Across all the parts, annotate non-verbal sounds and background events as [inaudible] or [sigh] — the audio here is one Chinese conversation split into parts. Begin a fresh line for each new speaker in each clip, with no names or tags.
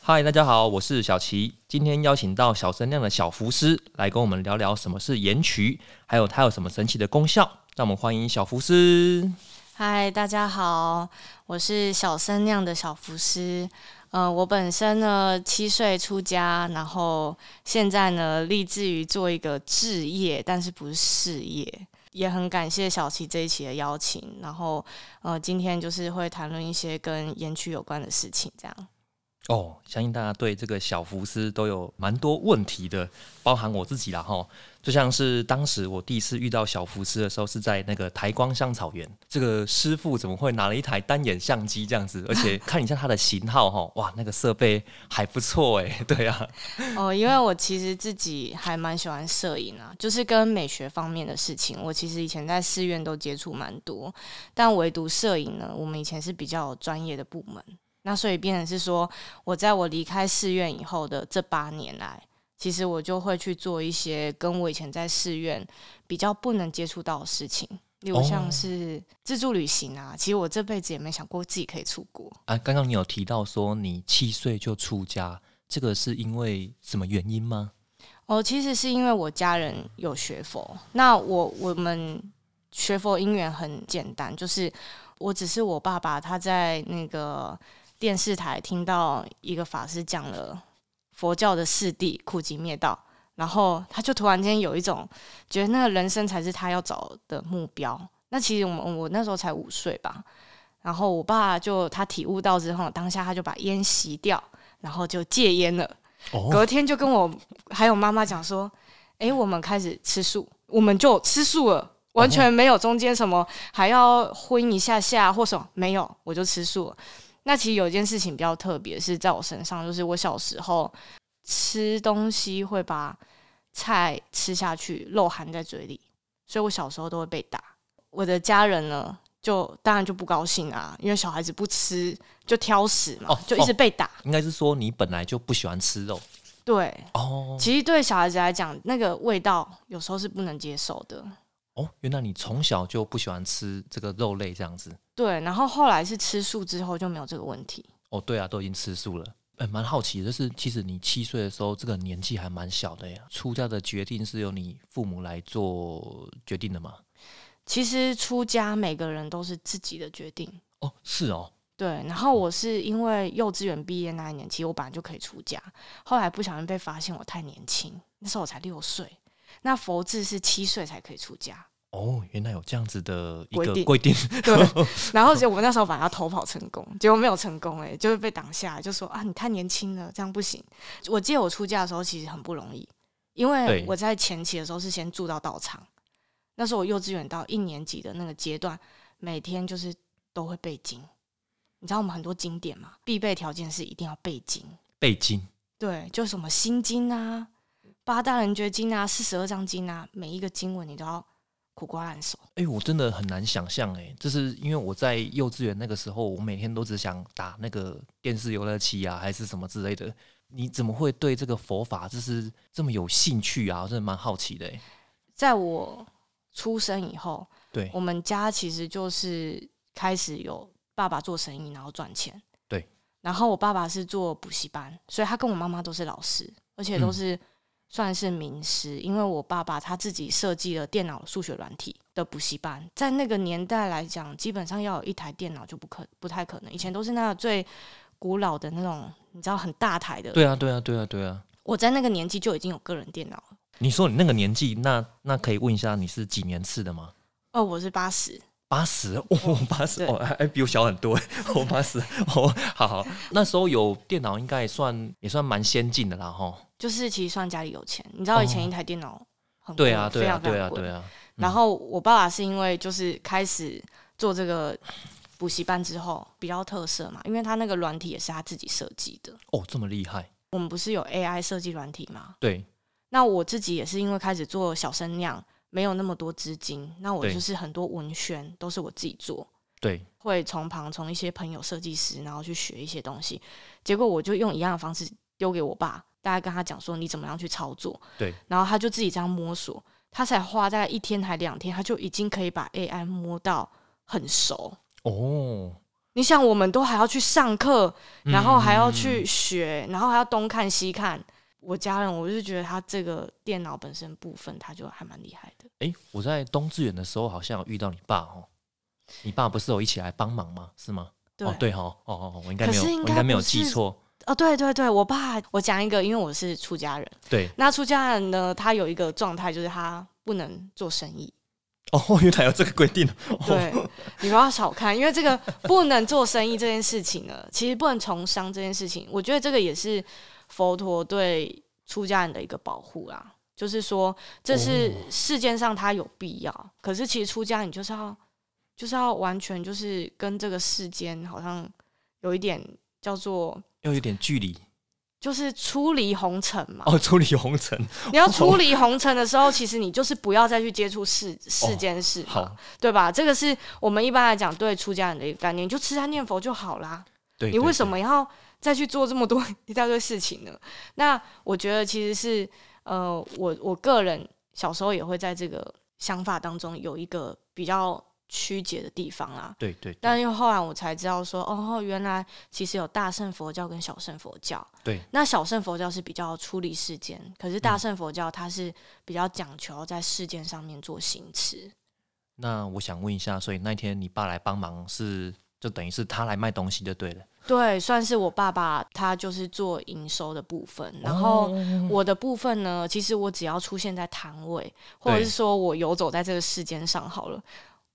嗨，大家好，我是小齐。今天邀请到小声量的小福师来跟我们聊聊什么是盐曲，还有它有什么神奇的功效。让我们欢迎小福师。
嗨，大家好，我是小生酿的小福师。呃，我本身呢七岁出家，然后现在呢立志于做一个置业，但是不是事业。也很感谢小齐这一期的邀请，然后呃，今天就是会谈论一些跟盐区有关的事情，这样。
哦，相信大家对这个小福斯都有蛮多问题的，包含我自己啦哈。就像是当时我第一次遇到小福斯的时候，是在那个台光香草园，这个师傅怎么会拿了一台单眼相机这样子？而且看一下它的型号哈，哇，那个设备还不错哎、对啊，
哦，因为我其实自己还蛮喜欢摄影啊，就是跟美学方面的事情，我其实以前在寺院都接触蛮多，但唯独摄影呢，我们以前是比较有专业的部门，那所以变成是说，我在我离开寺院以后的这八年来，其实我就会去做一些跟我以前在寺院比较不能接触到的事情。例如
哦
像是自助旅行啊，其实我这辈子也没想过自己可以出国。
啊，刚刚你有提到说你七岁就出家，这个是因为什么原因吗？
哦，其实是因为我家人有学佛，那我我们学佛因缘很简单，就是我只是我爸爸他在那个电视台听到一个法师讲了佛教的四谛苦集灭道，然后他就突然间有一种觉得那个人生才是他要找的目标。那其实我们我那时候才五岁吧，然后我爸就他体悟到之后，当下他就把烟吸掉，然后就戒烟了。
哦，
隔天就跟我还有妈妈讲说，诶，我们开始吃素，我们就吃素了，完全没有中间什么还要荤一下下或什么，没有，我就吃素了。那其实有一件事情比较特别，是在我身上，就是我小时候吃东西会把菜吃下去，肉含在嘴里，所以我小时候都会被打。我的家人呢，就当然就不高兴啊，因为小孩子不吃就挑食嘛，
哦
就一直
哦
被打。
应该是说你本来就不喜欢吃肉
对，
哦
其实对小孩子来讲，那个味道有时候是不能接受的。
哦，原来你从小就不喜欢吃这个肉类这样子。
对，然后后来是吃素之后就没有这个问题。
哦，对啊，都已经吃素了。哎，蛮好奇的，就是其实你七岁的时候，这个年纪还蛮小的呀。出家的决定是由你父母来做决定的吗？
其实出家每个人都是自己的决定。
哦，是哦，
对，然后我是因为幼稚园毕业那一年，其实我本来就可以出家，后来不小心被发现我太年轻，那时候我才六岁，那佛智是七岁才可以出家。
哦，原来有这样子的一
规
个
定
规定。
[laughs] 对，然后结果我那时候反正要逃跑成功，结果没有成功、欸，哎，就是被挡下来，就说啊，你太年轻了，这样不行。我记得我出嫁的时候其实很不容易，因为
对
我在前期的时候是先住到道场，那时候我幼稚园到一年级的那个阶段，每天就是都会背经。你知道我们很多经典嘛，必备条件是一定要背经，
[laughs] 背经
对，就什么心经啊、八大人觉经啊、四十二章经啊，每一个经文你都要苦瓜烂熟。
哎、我真的很难想象哎，就是因为我在幼稚园那个时候，我每天都只想打那个电视游乐器啊，还是什么之类的。你怎么会对这个佛法就是这么有兴趣啊？我真的蛮好奇的哎。
在我出生以后，
对
我们家其实就是开始有爸爸做生意，然后赚钱。
对。
然后我爸爸是做补习班，所以他跟我妈妈都是老师，而且都
嗯
是算是名师。因为我爸爸他自己设计了电脑数学软体的补习班，在那个年代来讲，基本上要有一台电脑就不可不太可
嗯
能。以前都是那个最古老的那种，你知道很大台的。
对啊，对啊，对啊，对啊。
我在那个年纪就已经有个人电脑了。
你说你那个年纪，那那可以问一下你是几年次的吗？
哦，我是八十，
八十哦，八十
对
哦，还还比我小很多，我八十哦，好好，那时候有电脑应该也算也算蛮先进的啦哈。
就是其实算家里有钱，你知道以前
哦
一台电脑很贵、
对啊，对
哦非
啊，
常非
对
常
啊，
贵。
对啊，
然后我爸爸是因为就是开始做这个补习班之后比较特色嘛，因为他那个软体也是他自己设计的。
哦，这么厉害，
我们不是有 AI 设计软体吗？
对，
那我自己也是因为开始做小生酿，没有那么多资金，那我
对
就是很多文宣都是我自己做，
对，
会从旁从一些朋友设计师，然后去学一些东西。结果我就用一样的方式丢给我爸，大概跟他讲说你怎么样去操作，
对，
然后他就自己这样摸索，他才花大概一天还两天，他就已经可以把 AI 摸到很熟。
哦，
你想，我们都还要去上课，
嗯
然后还要去学，然后还要东看西看。我家人，我就觉得他这个电脑本身部分，他就还蛮厉害的。
诶，我在东致远的时候好像有遇到你爸哦，你爸不是有一起来帮忙吗？是吗？
对，
哦，对哈、哦，哦哦，我应该没有，
可是应该
我应该没有
不是
记错，
哦，对对对，我爸，我讲一个，因为我是出家人，
对，
那出家人呢，他有一个状态就是他不能做生意。
哦，原来有这个规
[laughs]
定，
对，你不要小看，因为这个不能做生意这件事情呢，其实不能从商这件事情，我觉得这个也是佛陀对出家人的一个保护啦。就是说，这是世间上他有必要，可是其实出家你就是要，就是要完全就是跟这个世间好像有一点叫做，
又有点距离
就是出离红尘嘛。
哦，处理红
[laughs]
尘，
你要出离红尘的时候，其实你就是不要再去接触世
哦
世间事嘛，
好，
对吧？这个是我们一般来讲对出家人的一个概念，你就吃斋念佛就好啦。
对，
你
对
为什？么要再去做这么多一大堆事情呢？那我觉得其实是呃，我我个人小时候也会在这个想法当中有一个比较曲解的地方啦。
对对对对
但又后来我才知道说，哦，原来其实有大乘佛教跟小乘佛教。
对，嗯
那小乘佛教是比较出离世间，可是大乘佛教它是比较讲求在世间上面做行持。
那我想问一下，所以那天你爸来帮忙是就等于是他来卖东西就对了，
对，算是我爸爸他就是做营收的部分，然后
哦
我的部分呢，其实我只要出现在摊位，或者是说我游走在这个世间上好了。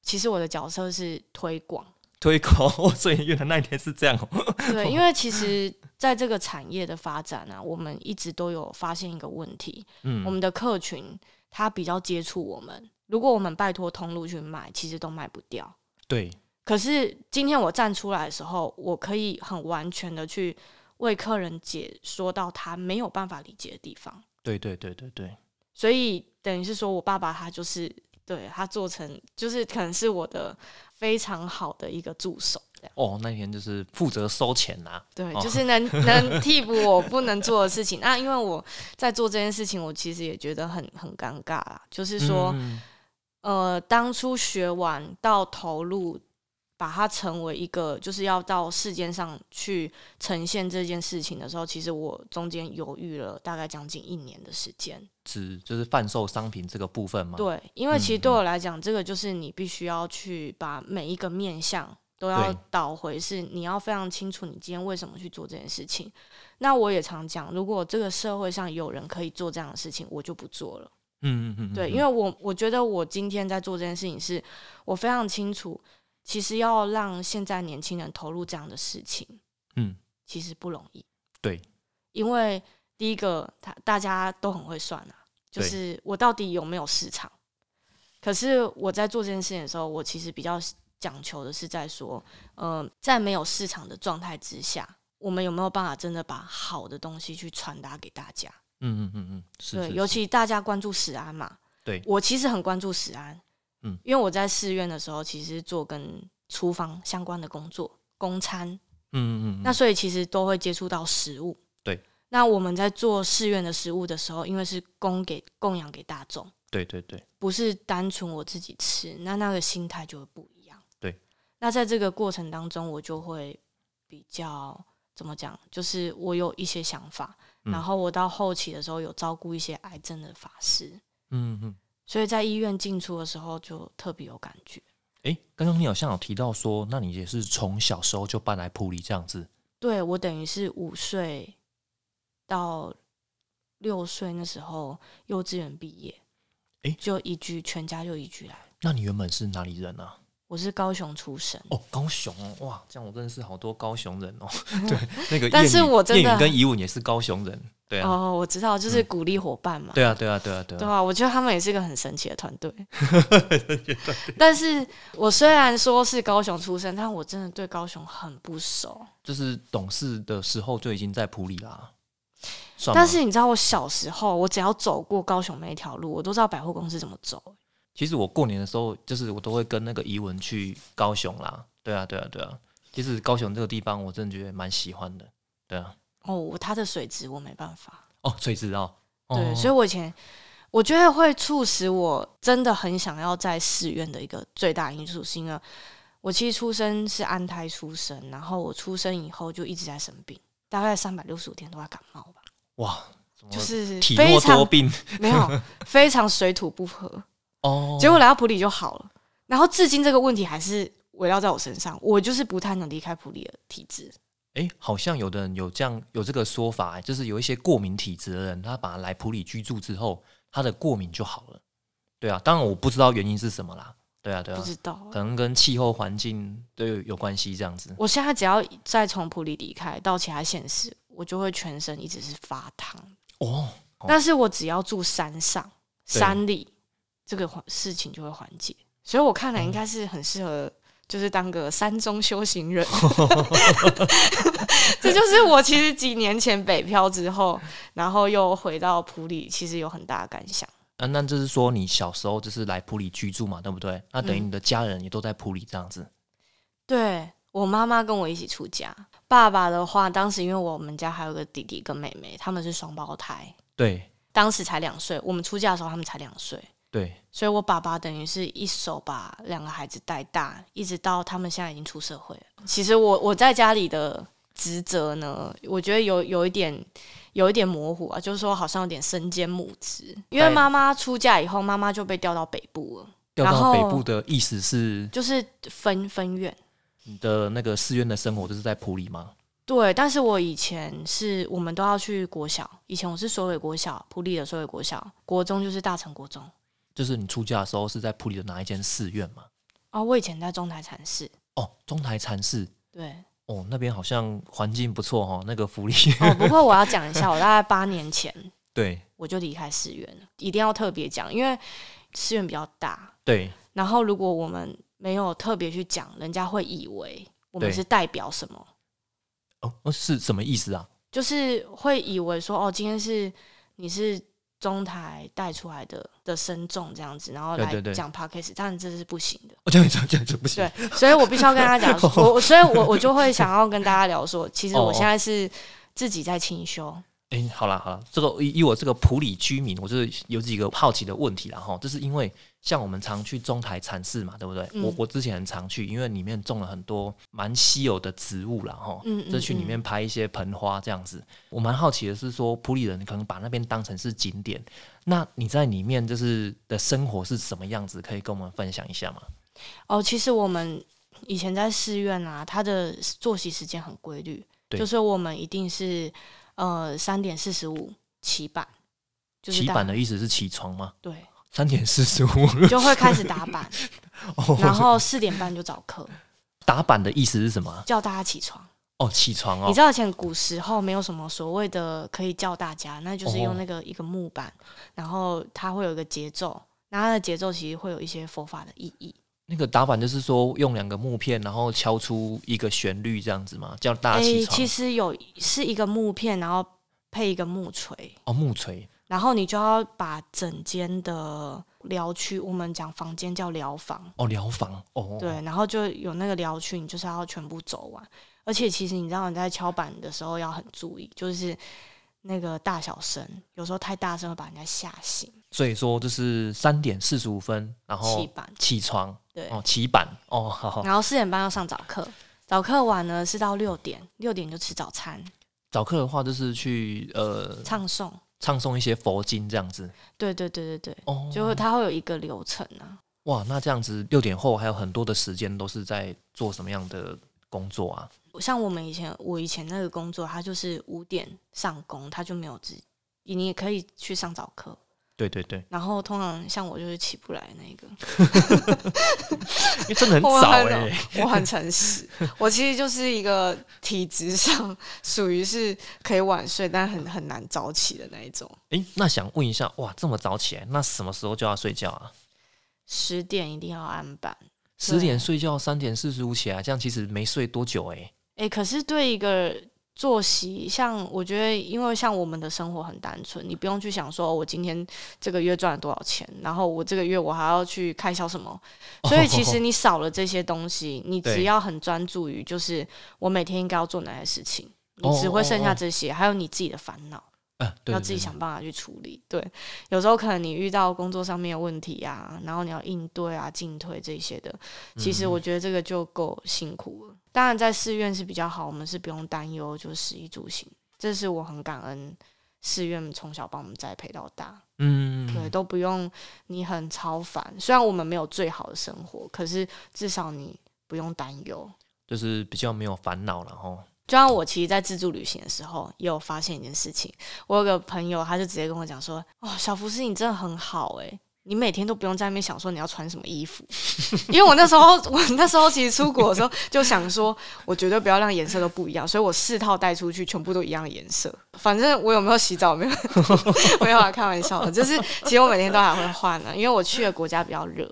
其实我的角色是推
[laughs]
广，
推广，哦所以原来那一天是这样哦，
对，因为其实在这个产业的发展啊，我们一直都有发现一个问题，
嗯，
[laughs] 我们的客群他比较接触我们，如果我们拜托通路去卖，其实都卖不掉。
对，
可是今天我站出来的时候，我可以很完全的去为客人解说到他没有办法理解的地方，
对对对对对，
所以等于是说我爸爸他就是对他做成就是可能是我的非常好的一个助手，这样
哦，那天就是负责收钱啦、
对，
哦
就是
[laughs]
能能替补我不能做的事情。那因为我在做这件事情，我其实也觉得很很尴尬啦，就是说。
嗯
呃，当初学完到投入，把它成为一个就是要到世间上去呈现这件事情的时候，其实我中间犹豫了大概将近一年的时间。
只就是贩售商品这个部分嘛，
对，因为其实
嗯
对我来讲，这个就是你必须要去把每一个面向都要
对
倒回，是你要非常清楚你今天为什么去做这件事情。那我也常讲，如果这个社会上有人可以做这样的事情，我就不做了。
嗯，嗯嗯嗯，
对，
嗯
因为我我觉得我今天在做这件事情是，我非常清楚，其实要让现在年轻人投入这样的事情，
嗯，
其实不容易。
对，
因为第一个，他大家都很会算啊，就
对
是我到底有没有市场。可是我在做这件事情的时候，我其实比较讲求的是在说，嗯、在没有市场的状态之下，我们有没有办法真的把好的东西去传达给大家？
嗯嗯嗯嗯，是
对，
是
尤
是
其大家关注食安嘛。
对
我其实很关注食安，
嗯
因为我在寺院的时候，其实做跟厨房相关的工作，供餐，
嗯嗯嗯，
那所以其实都会接触到食物。
对，
那我们在做寺院的食物的时候，因为是供给供养给大众，
对对对，
不是单纯我自己吃，那那个心态就会不一样。
对，
那在这个过程当中，我就会比较怎么讲，就是我有一些想法，
嗯
然后我到后期的时候有照顾一些癌症的法师，
嗯嗯。
所以在医院进出的时候就特别有感觉。
诶，刚刚你好像有提到说，那你也是从小时候就搬来普里这样子，
对我等于是五岁到六岁那时候幼稚园毕业，
诶
就移居全家就移居来。
那你原本是哪里人啊？
我是高雄出生，
哦，高雄哦，哇，这样我认识好多高雄人哦。对，那个谚语，
但是我真的
谚语跟怡文也是高雄人，对啊，
哦，我知道，就是鼓励伙伴嘛，
对啊，对啊，对啊，对
对
啊，
吧？我觉得他们也是一个很神奇的团
[laughs]
队。 [laughs] 但是我虽然说是高雄出生，但我真的对高雄很不熟。
就是懂事的时候就已经在普里啦。算吗
但是你知道，我小时候，我只要走过高雄那一条路，我都知道百货公司怎么走。
其实我过年的时候，就是我都会跟那个怡文去高雄啦。对啊，对啊，对啊。其实高雄这个地方，我真的觉得蛮喜欢的。对啊，
哦，它的水质我没办法。
哦，垂直哦，哦
对，所以我以前我觉得会促使我真的很想要在寺院的一个最大因素，是因为我其实出生是安胎出生，然后我出生以后就一直在生病，大概三百六十五天都在感冒吧，
哇，怎么
就是
体
非
弱多
常
病
[laughs] 没有非常水土不服。
哦，
结果来到普里就好了，然后至今这个问题还是围绕在我身上，我就是不太能离开普里的体质。
哎、好像有的人有这样有这个说法、诶就是有一些过敏体质的人，他把来普里居住之后，他的过敏就好了。对啊，当然我不知道原因是什么啦。对啊，对
不
啊，
知道。
可能跟气候环境都有有关系这样子。
我现在只要再从普里离开到其他县市，我就会全身一直是发烫。
哦，哦
但是我只要住山上、
对
山里，这个环事情就会缓解。所以我
嗯
看来应该是很适合，就是当个山中修行
[laughs]
人。 [laughs] 这就是我其实几年前北漂之后，然后又回到普里，其实有很大的感想。
啊，那就是说你小时候就是来普里居住嘛，对不对？那等于你的家人也都在普里这样子。
对我妈妈跟我一起出家，爸爸的话，当时因为我们家还有个弟弟跟妹妹，他们是双胞胎，
对
当时才两岁，我们出嫁的时候他们才两岁，
对，
所以我爸爸等于是一手把两个孩子带大，一直到他们现在已经出社会了。其实我我在家里的职责呢，我觉得有有一点。有一点模糊啊，就是说好像有点身兼母职，因
对
为妈妈出嫁以后，妈妈就被调到北部了，
调到
然
北
后
部的意思是
就是分分院。
你的那个寺院的生活就是在普里吗？
对，但是我以前是我们都要去国小，以前我是水尾国小，普利的水尾国小，国中就是大成国中
就是你出家的时候是在普里的哪一间寺院嘛？
啊。我以前在中台禅寺，
哦，中台禅寺。
对
哦，那边好像环境不错哦，那个福利。
哦。不过我要讲一下，我大概八年前
[laughs] 对
我就离开寺院了，一定要特别讲，因为寺院比较大，
对
然后如果我们没有特别去讲，人家会以为我们
对
是代表什么，
哦，哦是什么意思啊？
就是会以为说哦，今天是你是。中台带出来的的身众这样子，然后
对
来
对对
讲 p a c a s e 但这是不行的。
哦，这样这样这样这不行
对。，所以我必须要跟他
[laughs]
讲，我我所以我我就会想要跟大家聊说，其实
哦
我现在是自己在清修，
哎，好啦好啦，这个以以我这个普里居民，我就是有几个好奇的问题啦哈。这是因为像我们常去中台禅寺嘛，对不对？
嗯
我我之前很常去，因为里面种了很多蛮稀有的植物啦哈。
嗯嗯
就去里面拍一些盆花这样子。我蛮好奇的是说，普里人可能把那边当成是景点，那你在里面就是的生活是什么样子？可以跟我们分享一下吗？
哦，其实我们以前在寺院啊，他的作息时间很规律，
对
就是我们一定是呃三点四十五起板，就是
起
大
板的意思是起床吗？
对，
三点四十五， [laughs] 哦
就会开始打板，然后四点半就早课，
打板的意思是什么啊？
叫大家起床。
哦，起床
你
哦
知，道以前古时候没有什么所谓的可以叫大家，那就是
哦
用那个一个木板，然后它会有一个节奏，然后它的节奏其实会有一些佛法的意义。
那个打板就是说用两个木片，然后敲出一个旋律这样子嘛，叫大家起床。
其实有是一个木片，然后配一个木锤，
哦，木锤，
然后你就要把整间的疗区，我们讲房间叫疗房，
哦，疗房，哦，
对，，然后就有那个疗区，你就是要全部走完。而且其实你知道你在敲板的时候要很注意，就是那个大小声，有时候太大声会把人家吓醒。
所以说就是三点四十五分，然
七
后
班，
起床，
对。
哦，起板，哦，好好，
然后四点半要上早课，早课完呢是到六点，六点就吃早餐，
早课的话就是去呃
唱诵。
唱诵一些佛经这样子，
对对对对对，
哦，
就它会有一个流程啊。
哇，那这样子六点后还有很多的时间都是在做什么样的工作啊？
像我们以前，我以前那个工作，它就是五点上工，它就没有直，你也可以去上早课。
对对对，
然后通常像我就是起不来那个，
因为真
[laughs]
的很
我
早哎、
很我很诚实，我其实就是一个体质上属于是可以晚睡，但很很难早起的那一种。
诶，那想问一下，哇，这么早起来，那什么时候就要睡觉啊？
十点一定要安板，
十点睡觉，三点四十五起来，这样其实没睡多久诶。欸
哎、可是对一个作息，像我觉得，因为像我们的生活很单纯，你不用去想说、哦我今天这个月赚了多少钱，然后我这个月我还要去开销什么， [laughs] 所以其
[laughs]
实你少了这些东西，你
哦对
只要很专注于就是我每天应该要做哪些事情，你
哦
只会剩
哦
下
哦
这些，还有你自己的烦恼。
啊，对
要自己想办法去处理。对，有时候可能你遇到工作上面的问题啊，然后你要应对啊、进退这些的，其
嗯
实我觉得这个就够辛苦了。当然，在寺院是比较好，我们是不用担忧，就食衣住行，这是我很感恩寺院从小帮我们栽培到大。
嗯，
对，都不用你很超凡。虽然我们没有最好的生活，可是至少你不用担忧。
就是比较没有烦恼了哈。。
就像我其实，在自助旅行的时候，也有发现一件事情。我有个朋友，他就直接跟我讲说：“哦，小福师，你真的很好诶、你每天都不用在那边想说你要穿什么衣服。”因为我那时候，我那时候其实出国的时候就想说，我绝对不要让颜色都不一样，所以我四套带出去，全部都一样的颜色。反正我有没有洗澡，没有 [laughs] 没有啊，开玩笑的。就是其实我每天都还会换呢、啊因为我去的国家比较热。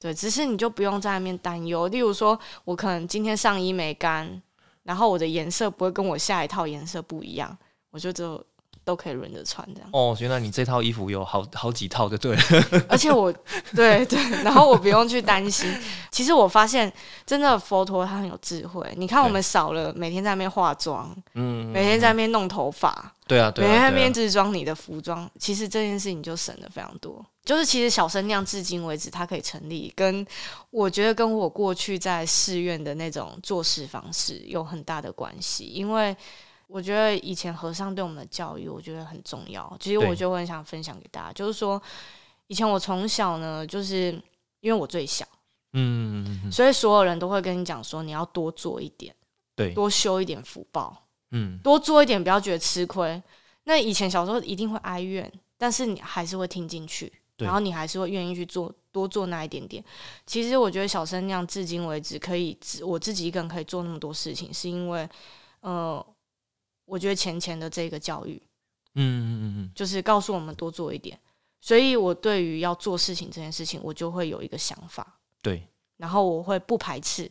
对，只是你就不用在那边担忧。例如说，我可能今天上衣没干，然后我的颜色不会跟我下一套颜色不一样，我就就都可以轮着穿这样
哦，原来你这套衣服有好好几套，就对了。
而且我对对，然后我不用去担心。其实我发现，真的佛陀他很有智慧。你看，我们少了每天在那边化妆，
嗯，
每天在那边弄头发，
对啊，对
每天在
啊，
那
对
边
啊。
制装你的服装，其实这件事情就省了非常多。就是其实小生酿至今为止，它可以成立，跟我觉得跟我过去在寺院的那种做事方式有很大的关系，因为我觉得以前和尚对我们的教育，我觉得很重要。其实
对
我觉得我很想分享给大家，就是说以前我从小呢，就是因为我最小，
嗯，嗯嗯
所以所有人都会跟你讲说，你要多做一点，
对，
多修一点福报。
嗯，
多做一点，不要觉得吃亏。那以前小时候一定会哀怨，但是你还是会听进去，
对
然后你还是会愿意去做，多做那一点点。其实我觉得小生那样，至今为止可以自我自己一个人可以做那么多事情，是因为呃，我觉得钱钱的这个教育，
嗯嗯嗯
就是告诉我们多做一点。所以我对于要做事情这件事情，我就会有一个想法，
对，
然后我会不排斥，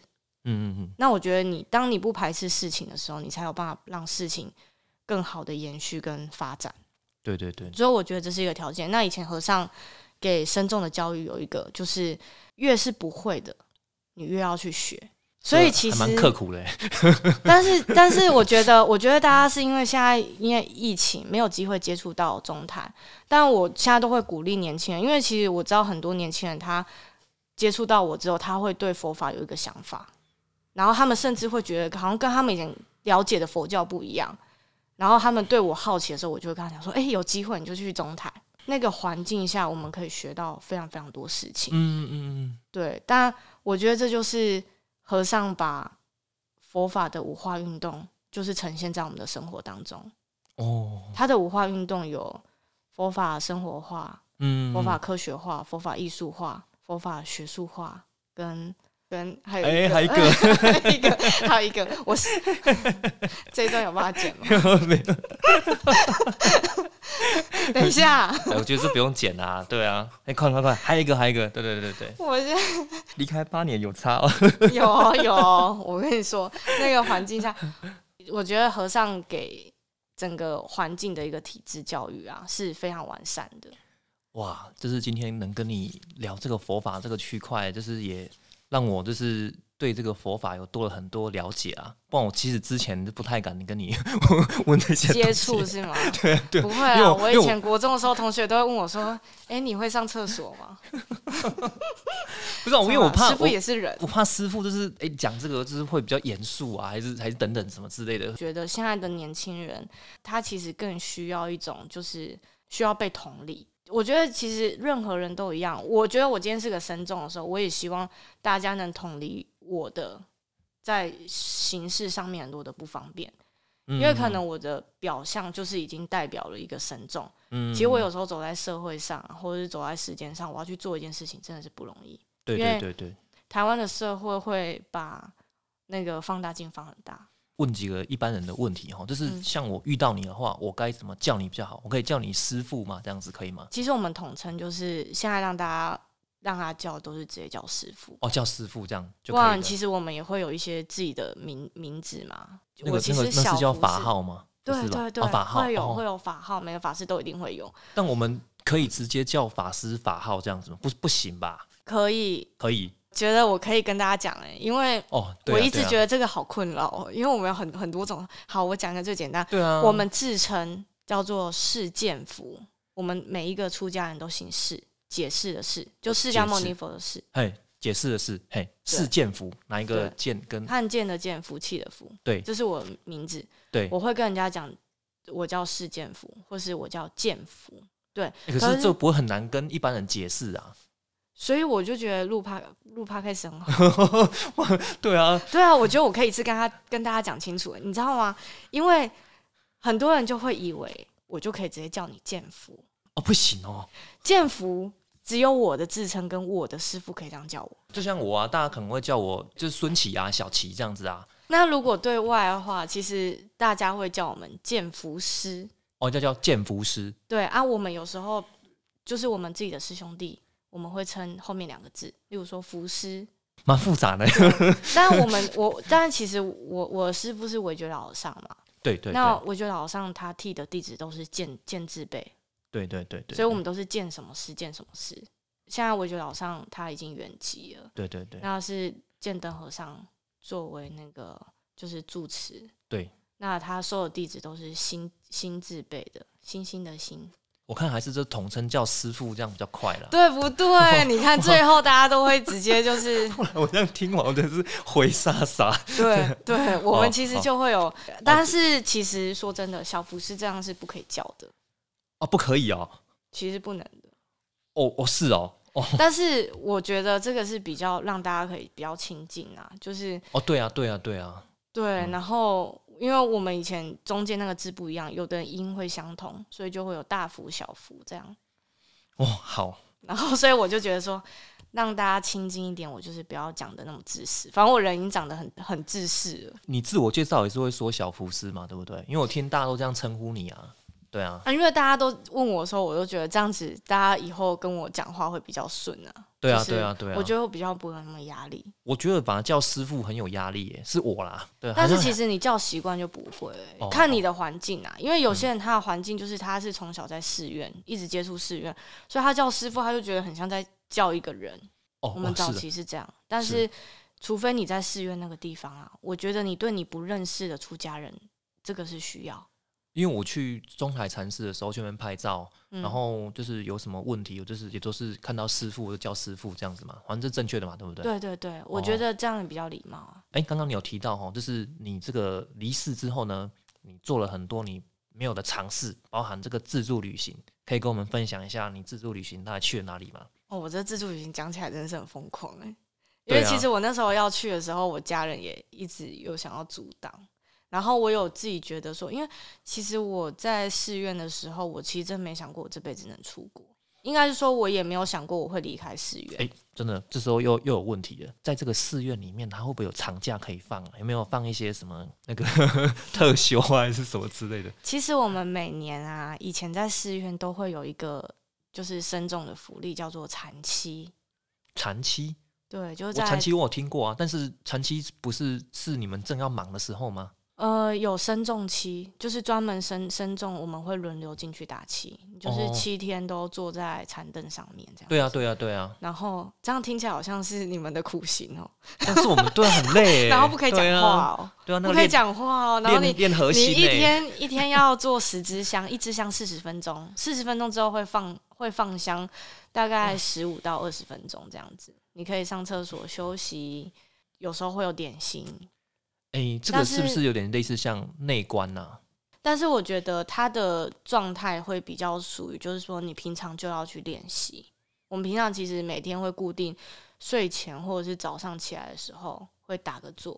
嗯嗯嗯，
那我觉得你当你不排斥事情的时候，你才有办法让事情更好的延续跟发展。
对对对，
所以我觉得这是一个条件。那以前和尚给深重的教育有一个，就是越是不会的，你越要去学。所以其
还
实
蛮刻苦欸嘞。
但是，但是我觉得，我觉得大家是因为现在因为疫情没有机会接触到中坛，但我现在都会鼓励年轻人，因为其实我知道很多年轻人他接触到我之后，他会对佛法有一个想法，然后他们甚至会觉得好像跟他们以前了解的佛教不一样，然后他们对我好奇的时候，我就会跟他讲说：“哎、有机会你就去中坛，那个环境下我们可以学到非常非常多事情。”
嗯嗯嗯，
对，但我觉得这就是和尚把佛法的五化运动，就是呈现在我们的生活当中。
哦，
他的五化运动有佛法生活化、
嗯，
佛法科学化、佛法艺术化、佛法学术化，跟跟还有
哎
一个，
还有一个
[laughs] 还有一个，还有一个，我是 [laughs] 这一段有办法剪吗？
[laughs] 没有，
等一下，
哎我觉得这不用剪啊，对啊，哎，快快快，还有一个，还有一个，对对对对对，
我是。
离开八年有差哦，
[laughs] 有哦有哦，我跟你说，那个环境下，我觉得和尚给整个环境的一个体制教育啊是非常完善的。
哇，就是今天能跟你聊这个佛法这个区块，就是也让我就是对这个佛法有多了很多了解啊。不然我其实之前就不太敢跟你 [laughs] 问这些
接
东西
触是吗？
对对
不会
因为我
啊，我
因为
以
我
前国中的时候，同学都会问我说：“哎、你会上厕所吗
不是啊、？”因为我怕
师傅
我
也是人。啊
我怕师傅就是哎讲、这个就是会比较严肃啊，还是还是等等什么之类的
我。觉得现在的年轻人，他其实更需要一种就是需要被同理。我觉得其实任何人都一样。我觉得我今天是个身重的时候，我也希望大家能同理我的在形式上面很多的不方便，
嗯因
因为可能我的表象就是已经代表了一个身重。
嗯
其实我有时候走在社会上，或者是走在时间上，我要去做一件事情，真的是不容易。
对
因
对
为
对对，
台湾的社会会把那个放大镜放很大，
问几个一般人的问题哈，就是
嗯
像我遇到你的话，我该怎么叫你比较好？我可以叫你师傅吗？这样子可以吗？
其实我们统称就是现在让大家让他叫都是直接叫师傅，
哦，叫师傅这样就
不
可以
然
了。
其实我们也会有一些自己的名名字嘛。
那
我
个
其
那个
实小
那是叫
福
法，号吗？不
对
是吧
对对，
哦法号
会有会
哦。
有法号，每个法师都一定会有。
但我们可以直接叫法师法号这样子吗？不不行吧？
可以，
可以
觉得我可以跟大家讲哎、因为
哦。对啊
我一直觉
得
得这个好困扰哦，因为我们有很很多种。好，我讲一个最简单，
对啊，
我们自称叫做释剑符。我们每一个出家人都姓释，解释的释，就释
哦
迦牟尼佛的释，
嘿，解释的是，嘿，
对
是剑符，哪一个
对
剑跟
汉剑的剑，福气的福，
嗯对
这是我名字。
对？
我会跟人家讲，我叫释剑符，或是我叫剑符。
欸可
可
是
是
这不会很难跟一般人解释啊。 [laughs]
所以我就觉得录 p 录 p 开始很好， [laughs]
对啊，
对啊，我觉得我可以一次跟他跟大家讲清楚，你知道吗？因为很多人就会以为我就可以直接叫你剑符，
哦不行哦，
剑符只有我的自称跟我的师傅可以这样叫我。
就像我啊，大家可能会叫我就是孙琦啊、小琦这样子啊，
那如果对外的话，其实大家会叫我们剑符师，
哦叫叫剑符师，
对啊，我们有时候就是我们自己的师兄弟，我们会称后面两个字，例如说符师。
蛮复杂的。 [laughs]
但我们我，但其实我我师傅是韦觉老和尚嘛，
对对
那
对
韦觉老和尚他剃的弟子都是剑剑字辈，
对对对对，
所以我们都是见什么事见什么事。现在韦觉老和尚他已经圆寂了，
对对对
那是建灯和尚作为那个就是住持，
对，
那他所有弟子都是心心字辈的，星星的星，
我看还是这统称叫师傅这样比较快 [laughs] 啦。
对不
哦
对？你看最后大家都会直接就是
[laughs] 我这样听完我真是回傻傻。
对对，我
哦
们其实
好
就会有，但是其实说真的，小服饰这样是不可以叫的，
哦，不可以哦，
其实不能
[laughs]
的。
哦哦是哦，哦
但是我觉得这个是比较让大家可以比较亲近啊，就是
哦对啊对啊对啊，
对，然后因为我们以前中间那个字不一样，有的音会相同，所以就会有大幅、小幅这样。
哦好，
然后，所以我就觉得说，让大家亲近一点，我就是不要讲的那么自私。反正我人已经长得很很自私了
你自我介绍也是会说小福师嘛，对不对？因为我听大家都这样称呼你啊，对啊
啊，因为大家都问我的时候，我都觉得这样子，大家以后跟我讲话会比较顺啊。
对啊
就是
对啊对啊，
我觉得我比较不会有那么压力。
我觉得把他叫师傅很有压力耶，是我啦，对，啊
但是
好像
其实你叫习惯就不会、
哦嗯
看你的环境啊。因为有些人他的环境就是他是从小在寺院一直接触寺院，所以他叫师傅，他就觉得很像在叫一个人。
[laughs] 哦，
我们
哦
早
是的
期是这样，但是除非你在寺院那个地方啊，我觉得你对你不认识的出家人，这个是需要。
因为我去中台禅寺的时候去那边拍照，
嗯、
然后就是有什么问题，我就是也都是看到师傅我就叫师傅这样子嘛，反正是正确的嘛，对不对？。
对对对，
哦
我觉得这样比较礼貌啊。
哎，刚刚你有提到哈，就是你这个离世之后呢，你做了很多你没有的尝试，包含这个自助旅行，可以跟我们分享一下你自助旅行大概去了哪里吗？
哦，我这自助旅行讲起来真的是很疯狂哎、因
对
为
啊
其实我那时候要去的时候，我家人也一直有想要阻挡，然后我有自己觉得说，因为其实我在寺院的时候，我其实真没想过我这辈子能出国，应该是说我也没有想过我会离开寺院。
哎，真的，这时候又又有问题了，在这个寺院里面，它会不会有长假可以放啊？有没有放一些什么那个 [laughs] 特休啊，还是什么之类的？
其实我们每年啊，以前在寺院都会有一个就是深重的福利，叫做禅期。
长期
对，就是
我
在
长期我有听过啊，但是长期不是是你们正要忙的时候吗？
呃有深重期，就是专门深深重，我们会轮流进去打气，就是
哦
七天都坐在禅凳上面这样。，
对啊，对啊，对啊
然后这样听起来好像是你们的苦行哦、
但是我们对啊很累欸，
[laughs] 然后不可以讲
对啊
话哦、
对啊，那
不
个
可以
练
讲话哦、然后
练
你
练核
你
心
一
欸 [laughs]
天一天要做十支香，一支香四十分钟，四十分钟之后会放会放香，大概十五到二十分钟这样子。你可以上厕所休息，有时候会有点心，
哎、这个
但
是不
是
是有点类似像内观呐、
但是我觉得他的状态会比较属于，就是说你平常就要去练习。我们平常其实每天会固定睡前或者是早上起来的时候会打个坐，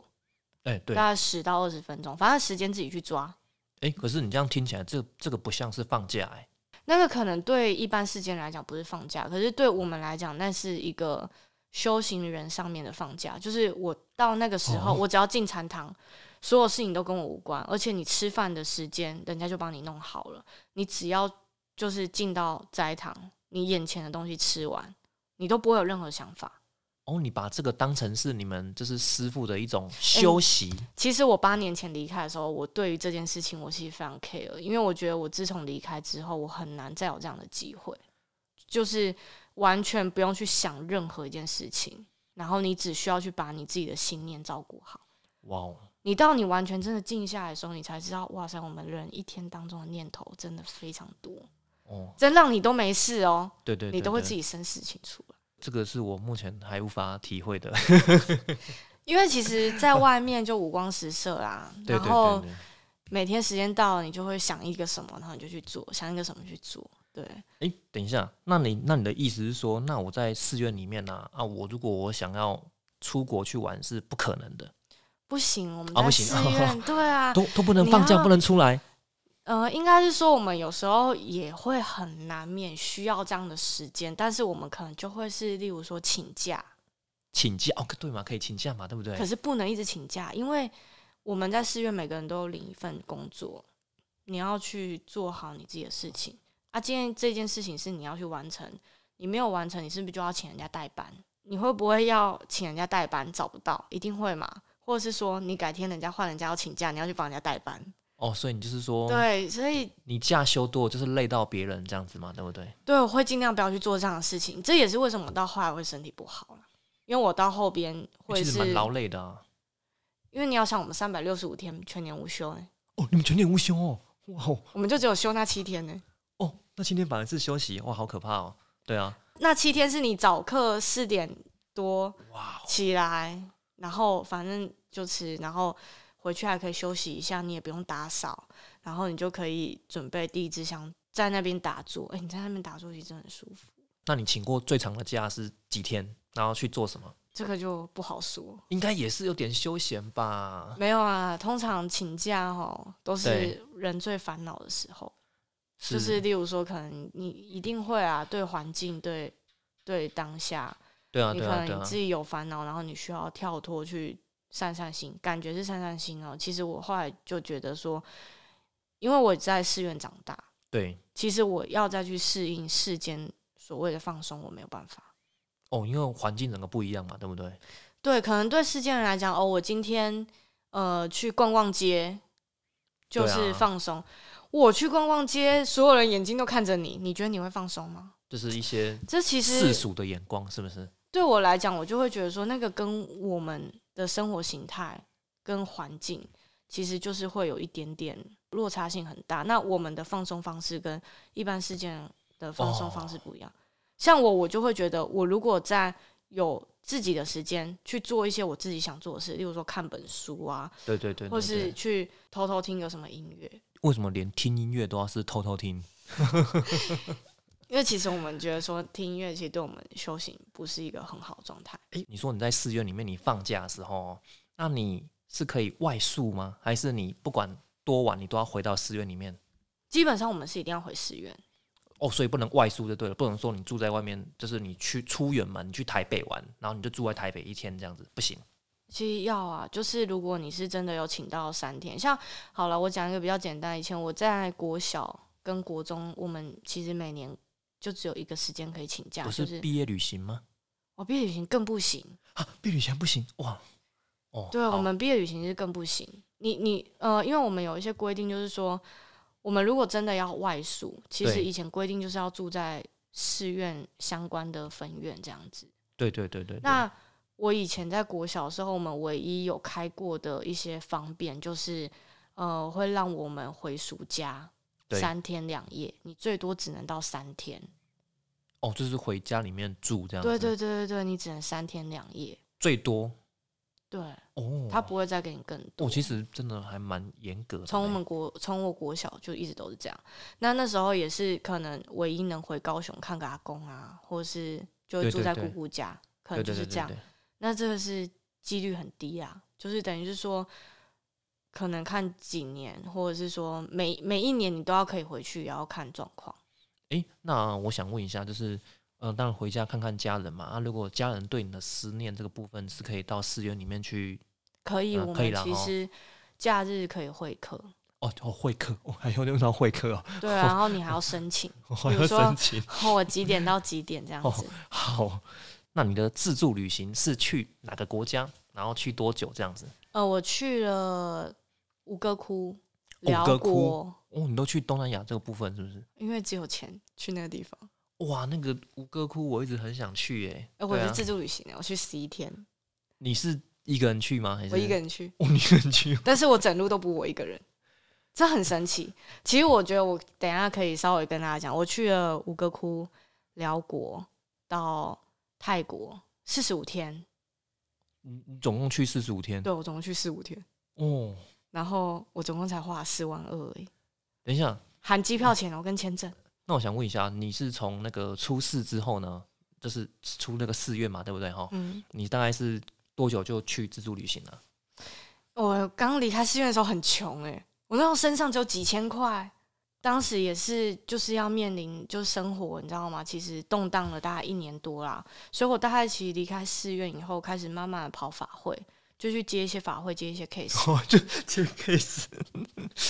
哎、对，哎、
大概十到二十分钟，反正时间自己去抓。
可是你这样听起来，这这个不像是放假哎、
那个可能对一般世间来讲不是放假，可是对我们来讲，那是一个修行人上面的放假。就是我到那个时候，
哦
我只要进禅堂，所有事情都跟我无关，而且你吃饭的时间，人家就帮你弄好了。你只要就是进到斋堂，你眼前的东西吃完，你都不会有任何想法。
哦，你把这个当成是你们就是师傅的一种休息，
其实我八年前离开的时候，我对于这件事情我其实非常 care，因为我觉得我自从离开之后，我很难再有这样的机会，就是完全不用去想任何一件事情，然后你只需要去把你自己的心念照顾好。
哇哦，
你到你完全真的静下来的时候，你才知道，哇塞，我们人一天当中的念头真的非常多，
哦，
真让你都没事哦，
对对对
你都会自
对
己深思清楚了。
这个是我目前还无法体会的。
因为其实，在外面就五光十色啦，
对对
然
对
后
对。
每天时间到了，你就会想一个什么，然后你就去做，想一个什么去做。对，
哎、等一下，那你那你的意思是说，那我在寺院里面呢、啊？我如果我想要出国去玩是不可能的，
不行，我们
啊不
在
行
寺院，对啊，
[laughs] 都都不能
你
放假，
要
不能出来。
呃，应该是说我们有时候也会很难免需要这样的时间，但是我们可能就会是，例如说请假，
请假哦，对嘛，可以请假嘛，对不对
可？是不能一直请假，因为我们在寺院每个人都有领一份工作，你要去做好你自己的事情啊。今天这件事情是你要去完成，你没有完成，你是不是就要请人家代班？你会不会要请人家代班？找不到，一定会嘛？或者是说你改天人家换人家要请假，你要去帮人家代班？
哦，所以你就是说，
对，所以
你假休多就是累到别人这样子嘛，对不对？
对，我会尽量不要去做这样的事情。这也是为什么我到后来会身体不好了，因为我到后边会
其实
是，
蛮劳累的啊。
因为你要想我们三百六十五天全年无休、欸，
哦，你们全年无休哦，哇哦，
我们就只有休那七天呢、
哦，那今天反而是休息，哇，好可怕哦。对啊，
那七天是你早课四点多
哇哦，
起来，然后反正就吃，然后回去还可以休息一下，你也不用打扫，然后你就可以准备第一支香在那边打坐。哎、你在那边打坐其实真的很舒服，
那你请过最长的假是几天？然后去做什么？
这个就不好说。
应该也是有点休闲吧？
没有啊，通常请假哦，都
对
是人最烦恼的时候，就是例如说，可能你一定会啊，对环境、对对当下，
对啊，
你
对
可
啊，
能
对
你
啊
自。己有烦恼，然后你需要跳脱去散散心，感觉是散散心哦。其实我后来就觉得说，因为我在寺院长大，
对
其实我要再去适应世间所谓的放松，我没有办法。
哦，因为环境整个不一样嘛，对不对？
对，可能对世间人来讲，哦，我今天呃去逛逛街就
对啊
是放松。我去逛逛街，所有人眼睛都看着你，你觉得你会放松吗？
就是一些
这其
世
实
俗的眼光，是不是？
对我来讲，我就会觉得说，那个跟我们的生活形态跟环境，其实就是会有一点点落差性很大。那我们的放松方式跟一般世界人的放松
哦
方式不一样。像我，我就会觉得，我如果在有自己的时间去做一些我自己想做的事，例如说看本书啊，
对对对对
或是
对。
去偷偷听个什么音乐。
为什么连听音乐都要是偷偷听？
因为其实我们觉得说听音乐其实对我们修行不是一个很好的状态。
诶，你说你在寺院里面，你放假的时候，那你是可以外宿吗？还是你不管多晚，你都要回到寺院里面？
基本上我们是一定要回寺院，
哦，所以不能外宿就对了，不能说你住在外面，就是你去出远门，你去台北玩，然后你就住在台北一天这样子，不行。
其实要啊，就是如果你是真的有请到三天，像好了，我讲一个比较简单，以前我在国小跟国中，我们其实每年就只有一个时间可以请假，
不
啊就是是
毕业旅行吗？
我毕业旅行更不行，
啊，毕业旅行不行哇！哦，
对啊我
好
们毕业旅行是更不行。你你呃，因为我们有一些规定，就是说，我们如果真的要外宿，其实
对
以前规定就是要住在寺院相关的分院这样子。
对对对对，对
那我以前在国小的时候，我们唯一有开过的一些方便，就是呃，会让我们回暑假
对
三天两夜，你最多只能到三天。
哦，就是回家里面住这样子，
对对对对对，你只能三天两夜。
最多
对，
哦，
他不会再给你更多。
我、哦其实真的还蛮严格的呢，
从我们国从我国小就一直都是这样。那那时候也是可能唯一能回高雄看个阿公啊，或是就会
对
住
对
在
对
姑姑家，可
对
能
对
就是
对
这样
对。对
那这个是几率很低啊，就是等于是说，可能看几年，或者是说每每一年你都要可以回去，也要看状况。
诶，那我想问一下，就是，嗯、当然回家看看家人嘛。啊，如果家人对你的思念这个部分，是可以到寺院里面去
可以，
嗯
我
可以
们
啦
其
哦
实假日可以会客，
[laughs] 哦哦会客，哦、还有用到会客哦，
对啊，然后你还要申请，
我还
比如
要
说
申请。
我几点到几点
哦
这样子。
好，那你的自助旅行是去哪个国家？然后去多久这样子？
呃，我去了五个窟，
五
辽
个窟
国，
哦，你都去东南亚这个部分是不是？
因为只有钱去那个地方。
哇，那个吴哥窟我一直很想去耶、
呃，我
对
是
啊
自助旅行的，我去十一天，
你是一个人去吗？还是
我一个人去，
哦你一个人去？
但是我整路都不我一个人，这很神奇。其实我觉得我等一下可以稍微跟大家讲，我去了五个窟、辽国到泰国四十五天，
你你总共去四十五天
对我总共去四五天，
哦。
然后我总共才花了四万二而已，
等一下，
含机票钱哦跟签证。
那我想问一下，你是从那个初四之后呢？就是出那个四月嘛，对不对哈？
嗯，
你大概是多久就去自助旅行 [laughs] 了？
我刚离开寺院的时候很穷哎、我那时候身上只有几千块，当时也是就是要面临就生活，你知道吗？其实动荡了大概一年多啦，所以我大概其实离开寺院以后，开始慢慢的跑法会，就去接一些法会，接一些
[laughs]
case。
哦，就这个 case，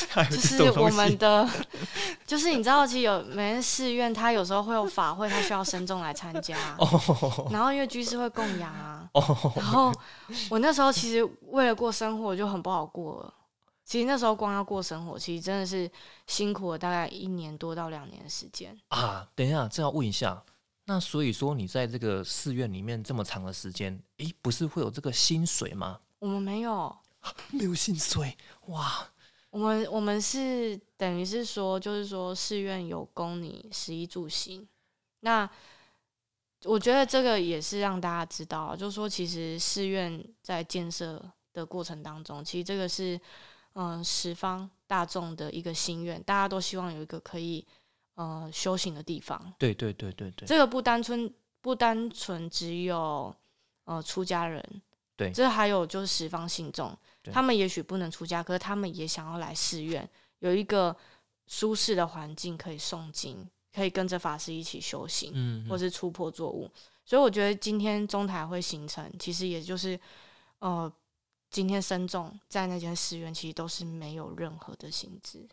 还有
就是我们的， [laughs] 就是你知道，其实有每个寺院，它有时候会有法会，它需要僧众来参加，
[laughs] 哦
然后因为居士会供养啊，
哦
然后我那时候其实为了过生活就很不好过了。其实那时候光要过生活，其实真的是辛苦了大概一年多到两年的时间。
啊，等一下，这要问一下。那所以说，你在这个寺院里面这么长的时间，诶，不是会有这个薪水吗？
我们没有，
没有薪水，哇！
我们我们是等于是说，就是说寺院有供你食衣住行。那我觉得这个也是让大家知道，啊就是说其实寺院在建设的过程当中，其实这个是嗯、呃十方大众的一个心愿，大家都希望有一个可以呃修行的地方。
对对对对对，
这个不单纯不单纯只有呃出家人，
对
这还有就是十方信众，
对
他们也许不能出家，可是他们也想要来寺院有一个舒适的环境可以诵经，可以跟着法师一起修行，
嗯，
或是出破作物。所以我觉得今天中台会形成，其实也就是呃。今天僧众在那间寺院，其实都是没有任何的薪资，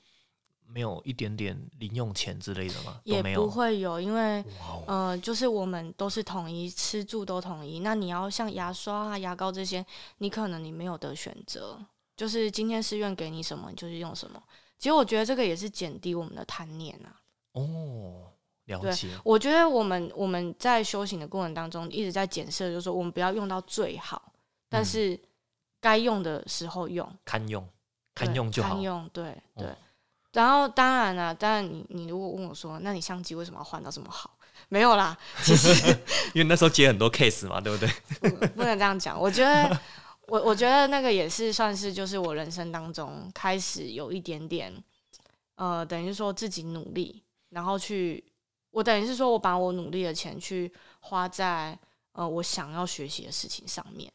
没有一点点零用钱之类的吗？
也
都没
不
有。
会有，因为
哇哦，
呃，就是我们都是统一，吃住都统一。那你要像牙刷啊、牙膏这些，你可能你没有得选择，就是今天寺院给你什么，你就是用什么。其实我觉得这个也是减低我们的贪念啊。
哦，了
对
解。
我觉得我们我们在修行的过程当中，一直在检视，就是说我们不要用到最好，但
嗯
是该用的时候用，
堪用，
对
堪用就好
堪。用，对对。
哦
然后当然啦、当然你你如果问我说，那你相机为什么要换到这么好？没有啦，其实
因为那时候接很多 case 嘛，对不对？
不不能这样讲。我觉得， [laughs] 我我觉得那个也是算是就是我人生当中开始有一点点，呃，等于说自己努力，然后去，我等于是说我把我努力的钱去花在呃我想要学习的事情上面。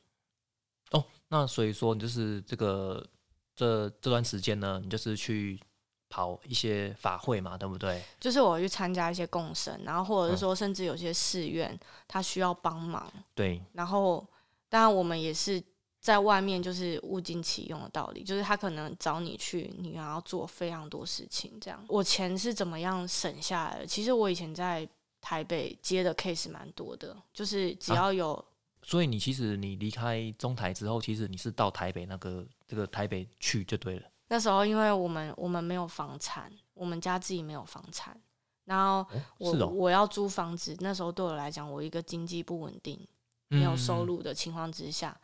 哦， [laughs] 那所以说你就是这个这这段时间呢，你就是去跑一些法会嘛，对不对？
就是我去参加一些共生，然后或者是说，甚至有些寺院他需要帮忙，
对，
然后当然我们也是在外面就是物尽其用的道理，就是他可能找你去，你然后做非常多事情这样。我钱是怎么样省下来的？其实我以前在台北接的 case 蛮多的，就是只
啊
要有、
所以你其实你离开中台之后，其实你是到台北那个这个台北去就对了。
那时候因为我们我们没有房产，我们家自己没有房产，然后我、
哦是哦，
我要租房子，那时候对我来讲，我一个经济不稳定，没有收
嗯。
入的情况之下，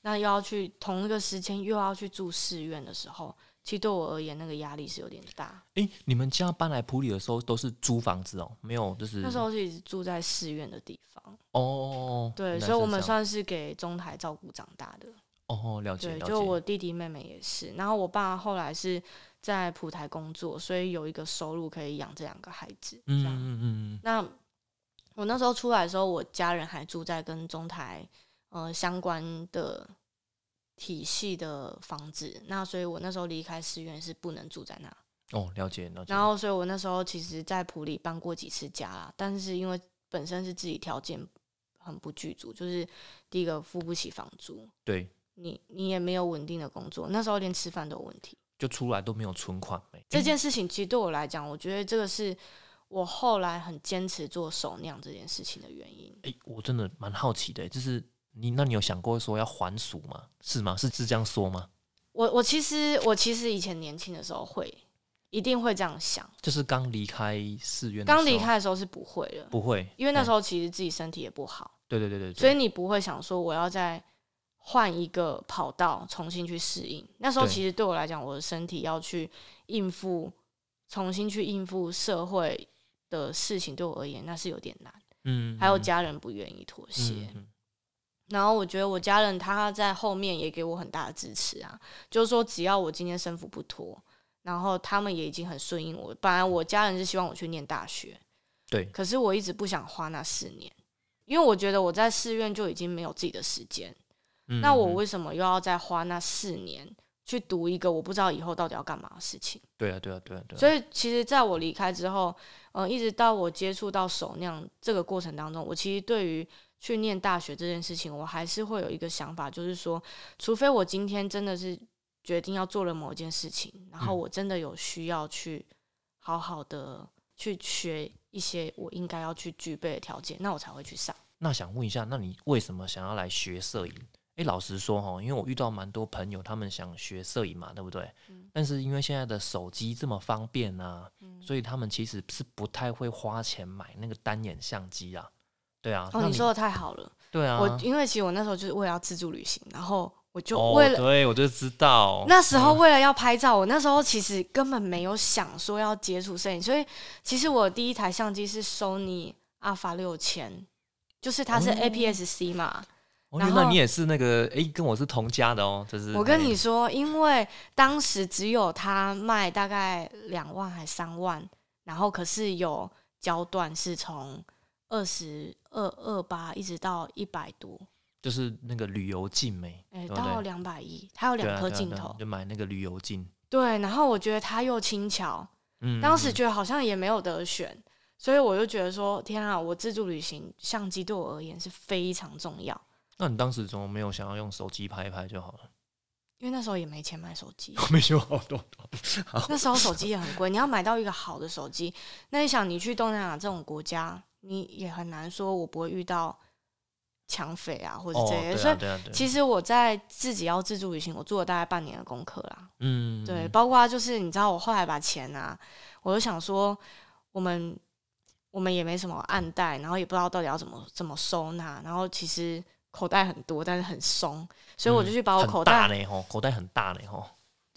那又要去同一个时间又要去住寺院的时候，其实对我而言那个压力是有点大。
哎、你们家搬来普里的时候都是租房子哦，没有就是
那时候是一直住在寺院的地方，
哦哦，哦
对，
原来
所以我
是
们
这样
算是给中台照顾长大的。
哦哦了解
对，
了解，
就我弟弟妹妹也是，然后我爸后来是在普台工作，所以有一个收入可以养这两个孩子。这
嗯
样，
嗯嗯
那我那时候出来的时候，我家人还住在跟中台呃相关的体系的房子，那所以我那时候离开师院是不能住在那。
嗯哦了解了解，
然后，所以我那时候其实，在普里搬过几次家啦，但是因为本身是自己条件很不具足，就是第一个付不起房租，
对，
你你也没有稳定的工作，那时候连吃饭都有问题。
就出来都没有存款没、
这
诶
件事情其实对我来讲，我觉得这个是我后来很坚持做手酿这件事情的原因。
哎、我真的蛮好奇的，就是你那你有想过说要还俗吗？是吗？是是这样说吗？
我我其实我其实以前年轻的时候会，一定会这样想。
就是刚离开寺院，
刚离，开的时候是不会的，
不会，嗯
因为那时候其实自己身体也不好，
对对对对，对
所以你不会想说我要在换一个跑道重新去适应。那时候
对
其实对我来讲，我的身体要去应付，重新去应付社会的事情，对我而言那是有点难。
嗯，
还有
嗯
家人不愿意妥协，
嗯嗯
然后我觉得我家人他在后面也给我很大的支持啊，就是说只要我今天身负不脱，然后他们也已经很顺应我。本来我家人是希望我去念大学，
对，
可是我一直不想花那四年，因为我觉得我在寺院就已经没有自己的时间，
嗯
那我
嗯
为什么又要再花那四年去读一个我不知道以后到底要干嘛的事情？
对啊，对啊，对啊，对啊，
所以其实在我离开之后，呃，一直到我接触到手酿这个过程当中，我其实对于去念大学这件事情，我还是会有一个想法，就是说，除非我今天真的是决定要做了某一件事情，然后
嗯
我真的有需要去好好的去学一些我应该要去具备的条件，那我才会去上。
那想问一下，那你为什么想要来学摄影？诶，老实说哈，因为我遇到蛮多朋友，他们想学摄影嘛，对不对？
嗯
但是因为现在的手机这么方便啊，所以他们其实是不太会花钱买那个单眼相机啊。对啊，
哦，
那
你说的太好了，
对啊，
我因为其实我那时候就是为了要自助旅行，然后我就
哦
为了、
对我就知道，
那时候为了要拍照，我那时候其实根本没有想说要接触摄影，所以其实我第一台相机是 Sony Alpha 六千，就是它是
哦
APS-C 嘛。
哦，
然
原来
后
你也是那个诶，跟我是同家的哦，就是
我跟
诶
你说，因为当时只有它卖大概两万还三万，然后可是有焦段是从二十二二八一直到一百多，
就是那个旅游镜没，
哎、
哦对不
到
对？
两百一，它有
对
两
啊
颗
对啊
镜
对啊
头，
就买那个旅游镜。
对。然后我觉得它又轻巧，
嗯，
当时
嗯
觉得好像也没有得选，所以我就觉得说，天啊，我自助旅行相机对我而言是非常重要，
那你当时怎么没有想要用手机拍一拍就好了？ [laughs]
因为那时候也没钱买手机，
没有好多
那时候手机也很贵，你要买到一个好的手机，那你想你去东南亚这种国家，你也很难说我不会遇到抢匪啊或者
哦，
这
对
些，
啊，
所以。
对啊，对啊
其实我在自己要自助旅行，我做了大概半年的功课啦。
嗯，
对，包括就是你知道，我后来把钱啊，我就想说，我们我们也没什么暗袋，然后也不知道到底要怎么怎么收纳，然后其实口袋很多，但是很松，所以我就去把
嗯
我
很
口
大
袋，
呢，吼，口袋很大呢，吼，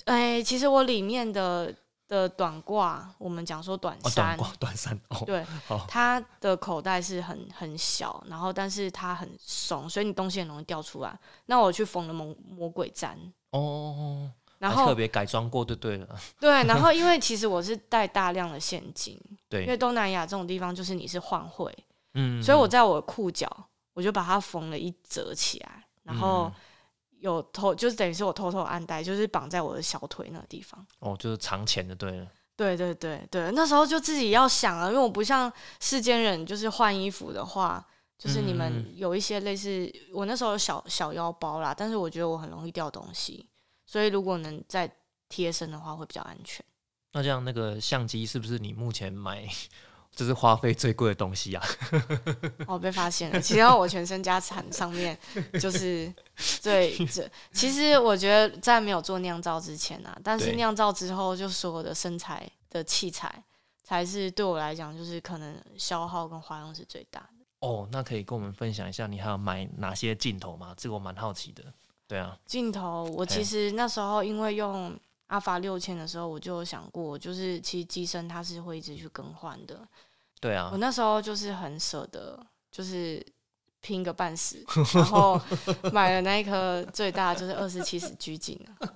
哎、其实我里面的的短褂，我们讲说短
哦，
衫，
短褂短衫哦，
对
好，
它的口袋是很很小，然后但是它很松，所以你东西很容易掉出来。那我去缝了魔魔鬼毡，
哦，
然
还
后
特别改装过就对了，
对，
[laughs]
然后因为其实我是带大量的现金，因为
对，
东南亚这种地方就是你是换汇，
嗯，
所以我在我的裤脚我就把它缝了一折起来，然后
嗯
有偷就是等于是我偷偷暗带，就是绑在我的小腿那个地方。
哦，就是藏钱就对了，
对对对对，那时候就自己要想啊，因为我不像世间人，就是换衣服的话，就是你
嗯嗯
们有一些类似我那时候有小小腰包啦，但是我觉得我很容易掉东西，所以如果能再贴身的话会比较安全。
那这样那个相机是不是你目前买就是花费最贵的东西啊？
哦，被发现了。其实我全身家产上面就是最这，其实我觉得在没有做酿造之前啊，但是
对
酿造之后，就所有的身材的器材才是对我来讲，就是可能消耗跟花用是最大的。
哦，那可以跟我们分享一下你还有买哪些镜头吗？这个我蛮好奇的。对啊，
镜头，我其
嘿
实那时候因为用阿法六千的时候，我就有想过，就是其实机身它是会一直去更换的。
对啊
我，那时候就是很舍得，就是拼个半死，然后买了那一颗最大就是二十七十拘谨了。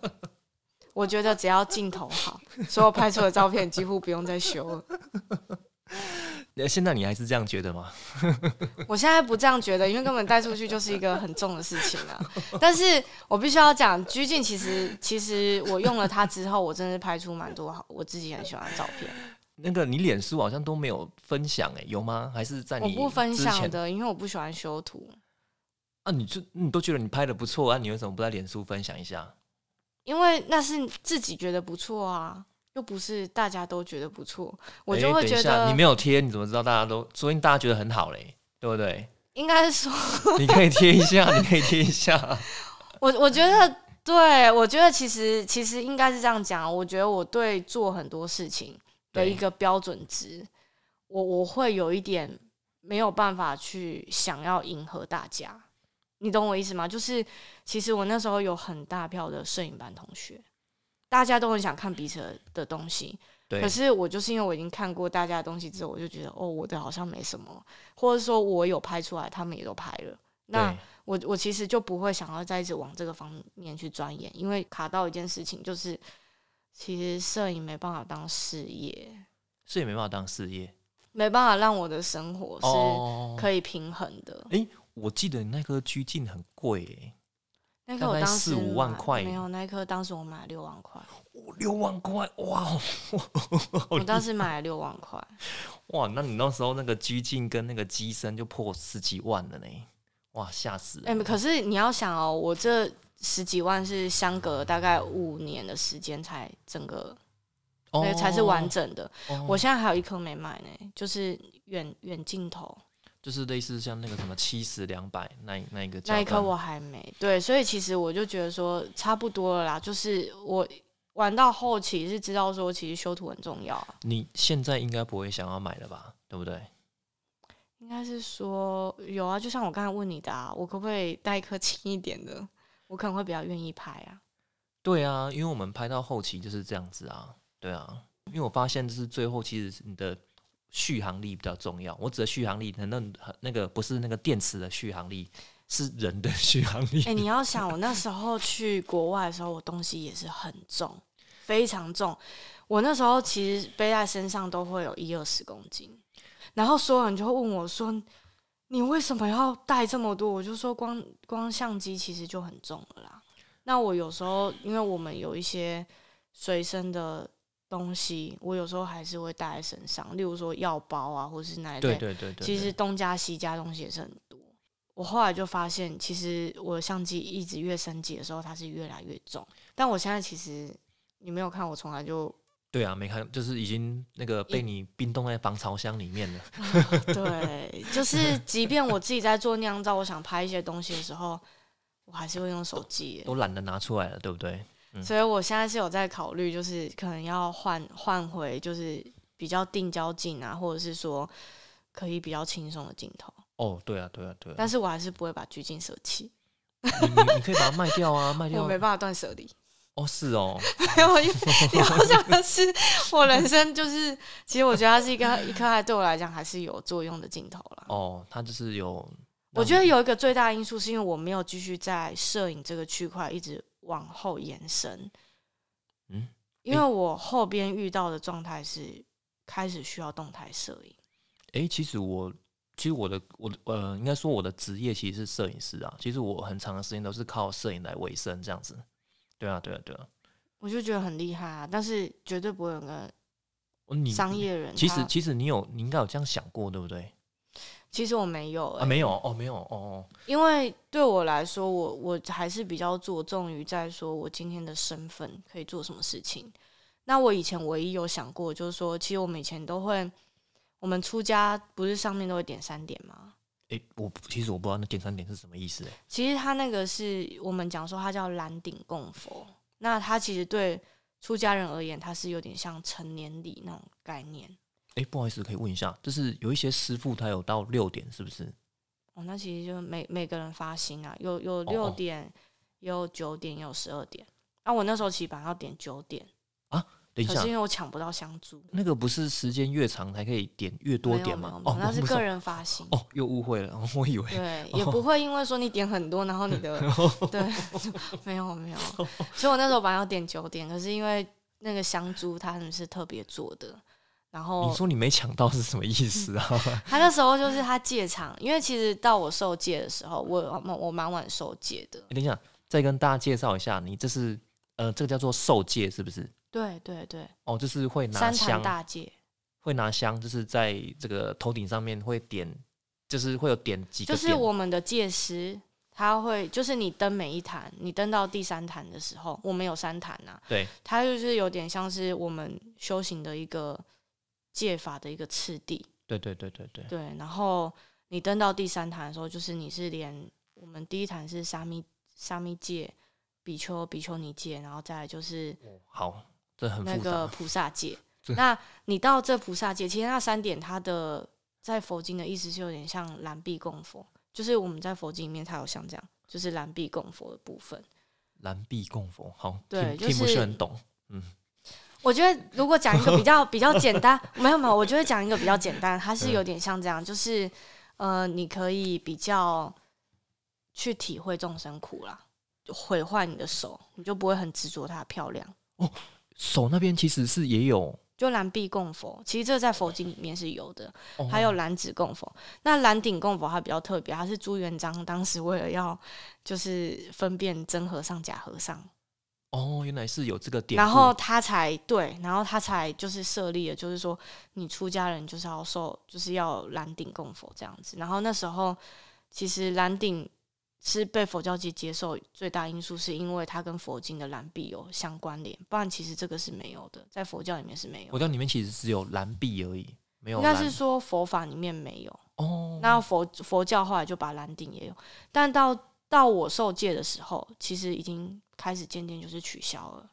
我觉得只要镜头好，所有拍出的照片几乎不用再修了。
呃现在你还是这样觉得吗？
我现在不这样觉得，因为根本带出去就是一个很重的事情啊。但是我必须要讲，拘谨其实其实我用了它之后，我真的是拍出蛮多好我自己很喜欢的照片。
那个你脸书好像都没有分享诶、有吗？还是在
我
你
不分
之
享
前
的，因为我不喜欢修图。
啊？你就你都觉得你拍的不错啊，你为什么不在脸书分享一下？
因为那是自己觉得不错啊，又不是大家都觉得不错，我就
诶
会
等一
觉
下
得
你没有贴，你怎么知道大家都？所以大家觉得很好嘞，对不
[laughs]
对？
应该是说，
你可以贴一下，你可以贴一下。
我我觉得对，我觉得其实其实应该是这样讲，啊我觉得我对做很多事情的
对
一个标准值，我我会有一点没有办法去想要迎合大家，你懂我意思吗？就是其实我那时候有很大票的摄影班同学，大家都很想看彼此的的东西，
对
可，是我就是因为我已经看过大家的东西之后，我就觉得哦，我的好像没什么，或者说我有拍出来，他们也都拍了。那
对
我我其实就不会想要再一直往这个方面去钻研，因为卡到一件事情，就是其实摄影没办法当事业，
所以没办法当事业
没办法让我的生活是
哦。
可以平衡的。
我记得那颗拘禁很贵耶，
那个我
大概
当时
4-5万
买
块
没有，那一颗当时我买六万块，
[laughs] 哦六万块 [laughs] 哇
我当时买了六万块，
哇！那你那时候那个拘禁跟那个机身就破十几万了呢，哇，吓死
哎、
人！
可是你要想哦，我这十几万是相隔大概五年的时间才整个，
哦
对，才是完。整的。
哦
我现在还有一颗没买呢，就是远远镜头
就是类似像那个什么七十两百那一那一个
那一
胶
颗
带
我还没。对，所以其实我就觉得说差不多了啦，就是我。玩到后期是知道说，其实修图很重要、啊，
你现在应该不会想要买了吧？对不对？
应该是说有啊，就像我刚才问你的啊，我可不可以带一颗轻一点的？我可能会比较愿意拍啊。
对啊，因为我们拍到后期就是这样子啊，对啊，因为我发现就是最后其实你的续航力比较重要。我指的续航力，那那那个不是那个电池的续航力，是人的续航力。
哎、你要想，我那时候去国外的时候，我东西也是很重，非常重。我那时候其实背在身上都会有一二十公斤，然后所有人就会问我说：“你为什么要带这么多？”我就说光光相机其实就很重了啦。那我有时候因为我们有一些随身的东西，我有时候还是会带在身上，例如说药包啊，或是那一类
对对对对，
其实
对
东家西家东西也是很多。我后来就发现，其实我的相机一直越升级的时候，它是越来越重。但我现在其实你没有看，我从来就 [laughs]
对啊，没看就是已经那个被
一
你冰冻在防潮箱里面了。
对，就是即便我自己在做酿造，我想拍一些东西的时候，我还是会用手机耶。
都懒得拿出来了，对不对？
所以我现在是有在考虑，就是可能要换换回就是比较定焦镜啊，或者是说可以比较轻松的镜头。
哦，对啊，对啊，对啊
但，是我还是不会把拘禁舍弃，
你你你可以把它卖掉啊，卖
[laughs] 我
掉
没办法断舍离。
哦，是哦，
没有， [laughs] 因为你要想的是，我人生就是，其实我觉得它是一个一颗还对我来讲还是有作用的镜头啦。
哦，它就是有，
我觉得有一个最大的因素是因为我没有继续在摄影这个区块一直往后延伸，
嗯，
因为我后边遇到的状态是开始需要动态摄影，
诶，其实我，其实我的，我的，呃，应该说我的职业其实是摄影师啊。其实我很长的时间都是靠摄影来维生，这样子。对啊，对啊，对啊。
我就觉得很厉害啊，但是绝对不会有个
哦你
商
你
业人他。
其实其实你有，你应该有这样想过，对不对？
其实我没有、欸，
啊，没有哦，没有哦哦，
因为对我来说，我我还是比较着重于在说我今天的身份可以做什么事情。那我以前唯一有想过，就是说，其实我们以前都会，我们出家不是上面都会点三点吗？
诶，我其实我不知道那点三点是什么意思、诶
其实它那个是我们讲说它叫蓝顶供佛，那它其实对出家人而言，它是有点像成年礼那种概念。
诶，不好意思，可以问一下，就是有一些师傅他有到六点，是不是？
哦，那其实就每每个人发心啊，有有
哦
六点，也有九点，也有十二点。那、我那时候其实本来要点九点。
等一
可
下
是，因为我抢不到香烛，
那个不是时间越长才可以点越多点吗？
没有
哦
没有，那是
不
个人发行。
哦，又误会了， [laughs] 我以为
对，也不会因为说你点很多，然后你
[laughs]
的对没有没有，所以我那时候本来要点九点，可是因为那个香烛它们是特别做的，然后
你说你没抢到是什么意思
[laughs]
啊？
他那时候就是他戒场，因为其实到我受戒的时候，我有我蛮晚受戒的，
欸等一下，再跟大家介绍一下，你这是呃，这个叫做受戒，是不是？
对对对，
哦，就是会拿
三坛
香，
大戒，
会拿香，就是在这个头顶上面会点，就是会有点几个
就
点。
是我们的戒师，他会就是你登每一坛，你登到第三坛的时候，我们有三坛啊呐、
对
它就是有点像是我们修行的一个戒法的一个次第，
对对对对对，
对。然后你登到第三坛的时候，就是你是连我们第一坛是沙弥沙弥戒、比丘比丘尼戒，然后再来就是
哦好，这很
那
复杂。
个菩萨
[laughs]
戒。
这
那你到这菩萨戒，其实那三点它的在佛经的意思是有点像蓝壁供佛，就是我们在佛经里面，它有像这样，就是蓝壁供佛的部分。
蓝壁供佛，好，
对
听
就
听不
是
是很懂。
我觉得如果讲一个比较比较简单，没有没有，我觉得讲一个比较简单，它是有点像这样，就是呃，你可以比较去体会众生苦啦，就毁坏你的手，你就不会很执着它漂亮。
手那边其实是也有，
就蓝壁供佛，其实这在佛经里面是有的，
哦
还有蓝指供佛。那蓝顶供佛它比较特别，它是朱元璋当时为了要就是分辨真和尚假和尚，
哦，原来是有这个典故。
然后他才对，然后他才就是设立了，就是说你出家人就是要受，就是要蓝顶供佛这样子。然后那时候其实蓝顶是被佛教界接受最大因素，是因为它跟佛经的蓝壁有相关联，不然其实这个是没有的，在佛教里面是没有
佛
的。
教里面其实只有蓝壁而已，没有
应
蓝。
该是说佛法里面没有，
哦，
那佛佛教后来就把蓝顶也有，但到到我受戒的时候，其实已经开始渐渐就是取消了。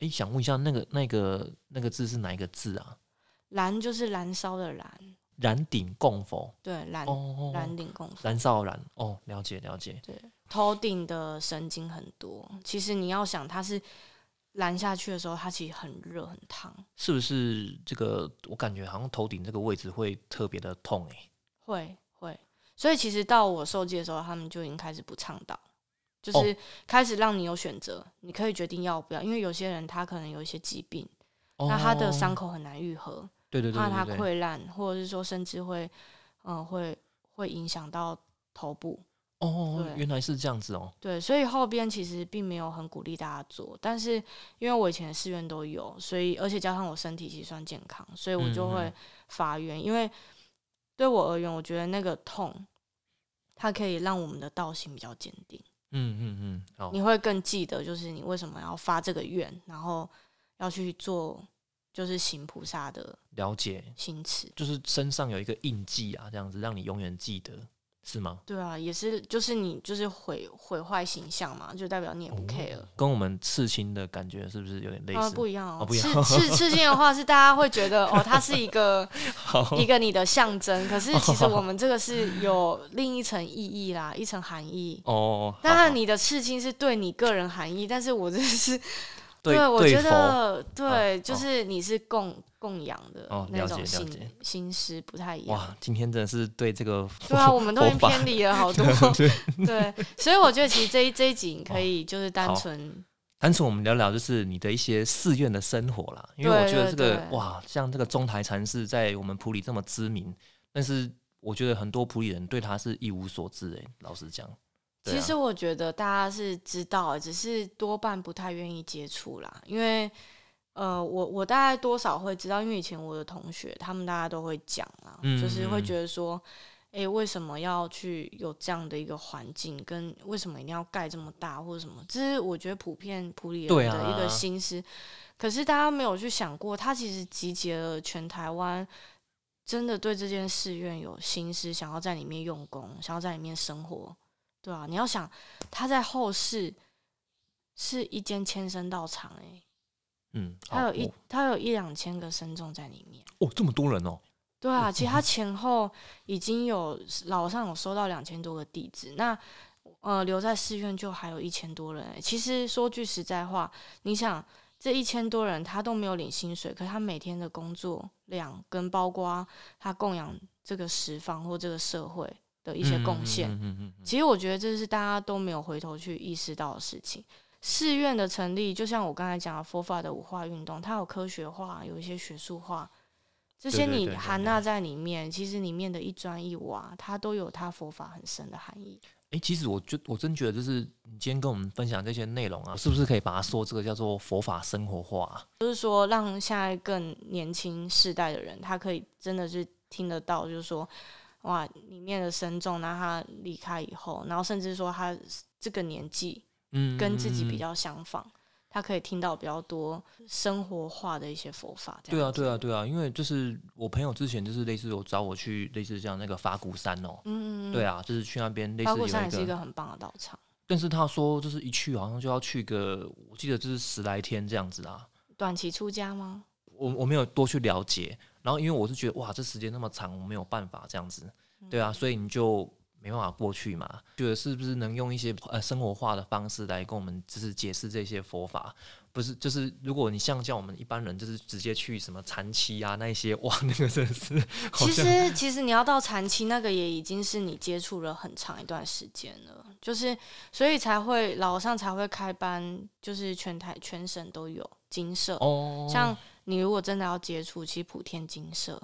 诶，想问一下，那个那个那个字是哪一个字啊？
燃就是燃烧的燃，
燃顶供佛
对，燃
哦，
蓝顶供佛，
燃烧的燃哦，了解了解。
头顶的神经很多。其实你要想，它是燃下去的时候，它其实很热很烫，
是不是这个？我感觉好像头顶这个位置会特别的痛欸诶。
会会。所以其实到我受戒的时候，他们就已经开始不倡导，
哦
就是开始让你有选择，你可以决定要不要。因为有些人他可能有一些疾病，
哦，
那他的伤口很难愈合，
对对对
怕
对
它
对
溃烂，或者是说甚至会，嗯、会会影响到头部。
哦
对，
原来是这样子哦。
对，所以后边其实并没有很鼓励大家做，但是因为我以前的寺院都有，所以而且加上我身体其实算健康，所以我就
嗯嗯
会
嗯
发愿，因为对我而言，我觉得那个痛，它可以让我们的道心比较坚定，
嗯嗯嗯，好
你，会更记得就是你为什么要发这个愿，然后要去做就是行菩萨的
了解，
心持。
就是身上有一个印记啊，这样子让你永远记得，是吗？
对啊，也是，就是你就是毁毁坏形象嘛，就代表你也不 care 了。
哦跟我们刺青的感觉是不是有点类
啊，
似？
不一样哦
哦。不一
刺
样
刺刺青的话，是大家会觉得哦，它是
[laughs]
一个
好
一个你的象征，可是其
哦
实我们这个是有另一层意义啦，一层含义。
哦，
当然，
好
你的刺青是对你个人含义，但是我这是 [laughs]
对
我
对
觉
佛
得对，
哦
就是你是供供养的
哦
那
了解
种
了
心
解
心思不太一样。
哇，今天真的是对这个
对啊，
佛
我们都已经
佛法
偏离了好
[laughs]
多， [laughs] 对，所以我觉得其实这一这一集你可以就是单
哦好
纯
单纯我们聊聊就是你的一些寺院的生活啦，因为
对
我觉得这
对
个
对
哇，像这个中台禅寺在我们普里这么知名，但是我觉得很多普里人对他是一无所知哎、老实讲，对
其
啊
实我觉得大家是知道的，只是多半不太愿意接触啦。因为呃，我我大概多少会知道，因为以前我的同学他们大家都会讲啊，
嗯
就是会
嗯
觉得说，诶，为什么要去有这样的一个环境，跟为什么一定要盖这么大或者什么？这是我觉得普遍普里人
对
的一个
啊
心思。可是大家没有去想过，它其实集结了全台湾。真的对这件寺院有心思，想要在里面用功，想要在里面生活，对啊，你要想他在后世是一间千僧道场、欸，
嗯，
他
好
有一
哦
他有一两千个僧众在里面。
哦这么多人哦，
对啊，其实他前后已经有老上有收到两千多个弟子，那呃留在寺院就还有一千多人、欸。其实说句实在话，你想这一千多人他都没有领薪水，可他每天的工作量跟包括他供养这个十方或这个社会的一些贡献，
嗯嗯嗯嗯嗯嗯
其实我觉得这是大家都没有回头去意识到的事情。寺院的成立，就像我刚才讲的佛法的五化运动，它有科学化，有一些学术化，这些
对对对
你
对
含纳在里面，其实里面的一砖一瓦，它都有它佛法很深的含义。
哎、其实我觉我真觉得，就是你今天跟我们分享这些内容啊，是不是可以把它说这个叫做佛法生活化、啊？
就是说，让现在更年轻世代的人，他可以真的是听得到，就是说，哇，里面的深重，那他离开以后，然后甚至说他这个年纪，
嗯，
跟自己
嗯嗯
比。
嗯
较相仿，他可以听到比较多生活化的一些佛法。这
对啊，
样子
对啊，，对啊，因为就是我朋友之前就是类似有找我去类似像那个法鼓山哦，
嗯，
对啊，就是去那边类似
包
有
括
一
山也是一
个
个很棒的道场，
但是他说，就是一去好像就要去个，我记得就是十来天这样子啊。
短期出家吗？
我我没有多去
嗯
啊了解，然后因为我是觉得哇，这时间那么长，我没有办法这样子，对啊，所以你就没办法过去嘛，觉得是不是能用一些呃生活化的方式来跟我们就是解释这些佛法？不是，就是如果你像叫我们一般人，就是直接去什么禅期啊那一些，哇，那个真的是 [laughs] 好
其
像
实，其实你要到长期那个也已经是你接触了很长一段时间了，就是所以才会老上才会开班，就是全台全省都有金社。
哦，
像你如果真的要接触，其实普天金社，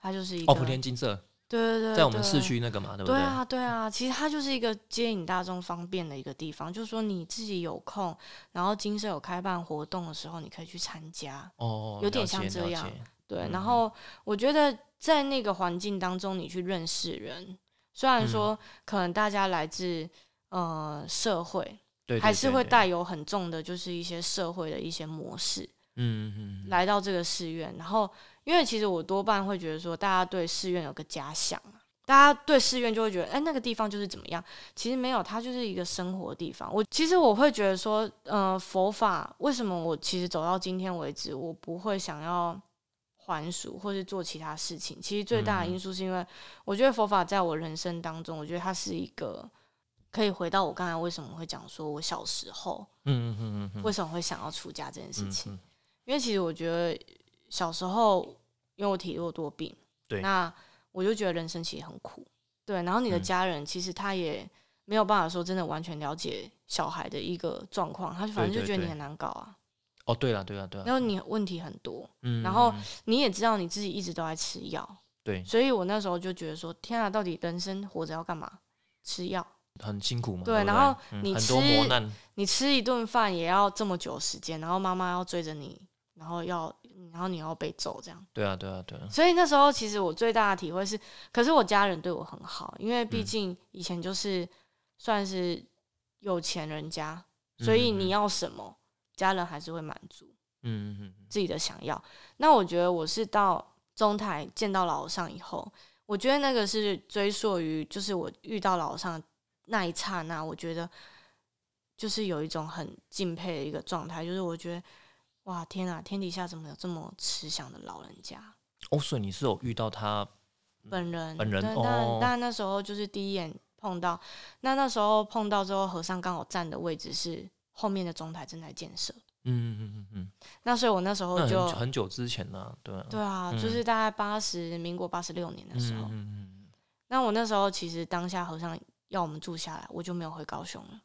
它就是一个
哦普天金色
对对对，
在我们
对
市。区那个嘛，对不
对
对？
啊，对啊，其实它就是一个接引大众方便的一个地方，就是说你自己有空，然后金社有开办活动的时候，你可以去参加。
哦，
有点
了解
像这
了
样
解
对，
嗯
然后我觉得在那个环境当中，你去认识人，虽然
嗯
说可能大家来自呃社会，
对，对
还是
对
会
对
带有很重的，就是一些社会的一些模式
嗯嗯嗯
来到这个寺院。然后，因为其实我多半会觉得说，大家对寺院有个假想啊。大家对寺院就会觉得，哎、那个地方就是怎么样？其实没有，它就是一个生活地方。我其实我会觉得说，呃，佛法为什么我其实走到今天为止，我不会想要还俗或是做其他事情。其实最大的因素是因为，我觉得佛法在我人生当中，我觉得它是一个可以回到我刚才为什么会讲说我小时候
嗯嗯嗯嗯嗯，
为什么会想要出家这件事
嗯
情。
嗯
因为其实我觉得小时候，因为我体弱多病，
对
那我就觉得人生其实很苦，对。然后你的
嗯
家人其实他也没有办法说真的完全了解小孩的一个状况，他就反正
对
就
对
觉得你
对
很难搞啊，
哦，对了对了对了，
然后你问题很多，
嗯
然后
嗯嗯
你也知道你自己一直都在吃药，
对
所以我那时候就觉得说，天啊，到底人生活着要干嘛？吃药，
很辛苦嘛，
对
不
然后
嗯
你
很多磨
吃
难，
你吃一顿饭也要这么久时间，然后妈妈要追着你，然后要，然后你要被揍这样。
对啊对啊对啊，
所以那时候其实我最大的体会是，可是我家人对我很好，因为毕
嗯
竟以前就是算是有钱人家，
嗯
所以你要什么，家人还是会满足
嗯嗯嗯嗯
自己的想要。那我觉得我是到中台见到老和尚以后，我觉得那个是追溯于就是我遇到老和尚那一刹那，我觉得就是有一种很敬佩的一个状态，就是我觉得哇天啊，天底下怎么有这么慈祥的老人家？
哦，所以你是有遇到他，
本人，
嗯本人
对
哦
但但那时候就是第一眼碰到，那那时候碰到之后，和尚刚好站的位置是后面的中台正在建设，
嗯嗯嗯嗯嗯，
那所以我那时
那
候
很
就
久很久之前呢，对啊
对啊，
嗯
就是大概八十民国八十六年的时候，
嗯嗯嗯，
那我那时候其实当下和尚要我们住下来，我就没有回高雄了，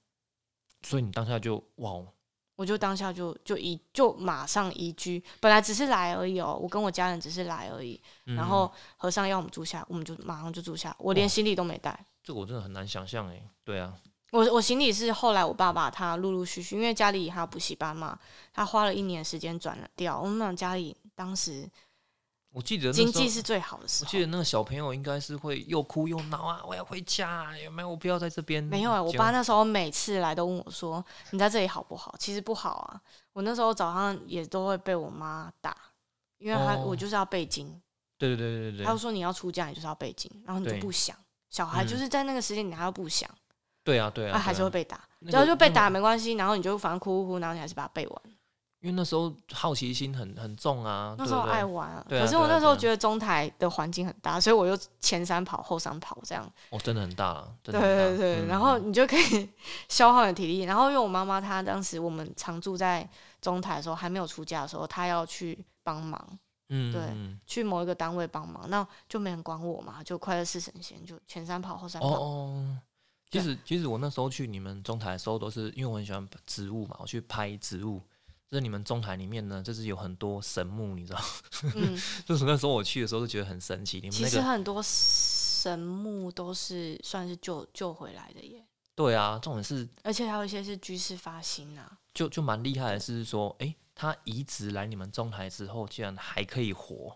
所以你当下就哇哦，
我就当下就就移就马上移居，本来只是来而已哦，我跟我家人只是来而已，
嗯
然后和尚要我们住下，我们就马上就住下，我
哇
连行李都没带。
这个我真的很难想象哎，对啊，
我我行李是后来我爸爸他陆陆续续，因为家里还有补习班嘛，他花了一年时间转了掉。我们俩家里当时
我记得那
经
时候
济是最好的时
我
候
记，得那个小朋友应该是会又哭又闹啊，我要回家、啊，有没有？我不要在这边。
没有啊、我
结
爸
果
那时候每次来都问我说：“你在这里好不好？”其实不好啊，我那时候早上也都会被我妈打，因为他、
哦
我就是要背经，
对对对对对
他就
对，
说你要出家，你就是要背经，然后你就
对
不想。小孩
嗯
就是在那个时间，你还要不想，
对啊对啊，
啊，还
对
是会
啊
被打，
那
然后
个
就被
那个
打没关系，然后你就反正哭哭哭，然后你还是把它背完。
因为那时候好奇心很很重啊，
那时候
对不对
爱玩啊，
对啊
可是
对啊
我那时候
对啊
觉得中台的环境很大，所以我就前山跑后山跑这样。
哦，真的很大了，真
对
的很大
对对，
嗯
然后你就可以 [laughs] 消耗你的体力。然后因为我妈妈她当时我们常住在中台的时候，还没有出嫁的时候，她要去帮忙，
嗯
对
嗯
去某一个单位帮忙，那就没人管我嘛，就快乐是神仙，就前山跑后山
哦
跑。嗯
哦。其实其实我那时候去你们中台的时候，都是因为我很喜欢植物嘛，我去拍植物。就是你们中台里面呢，就是有很多神木，你知道？
嗯，
[laughs] 就是那时候我去的时候就觉得很神奇。你们
其
那
实
个
很多神木都是算是救救回来的耶，
对啊，重点是
而且还有一些是居士发心啊。
就就蛮厉害的，是说，诶，他移植来你们中台之后，竟然还可以活，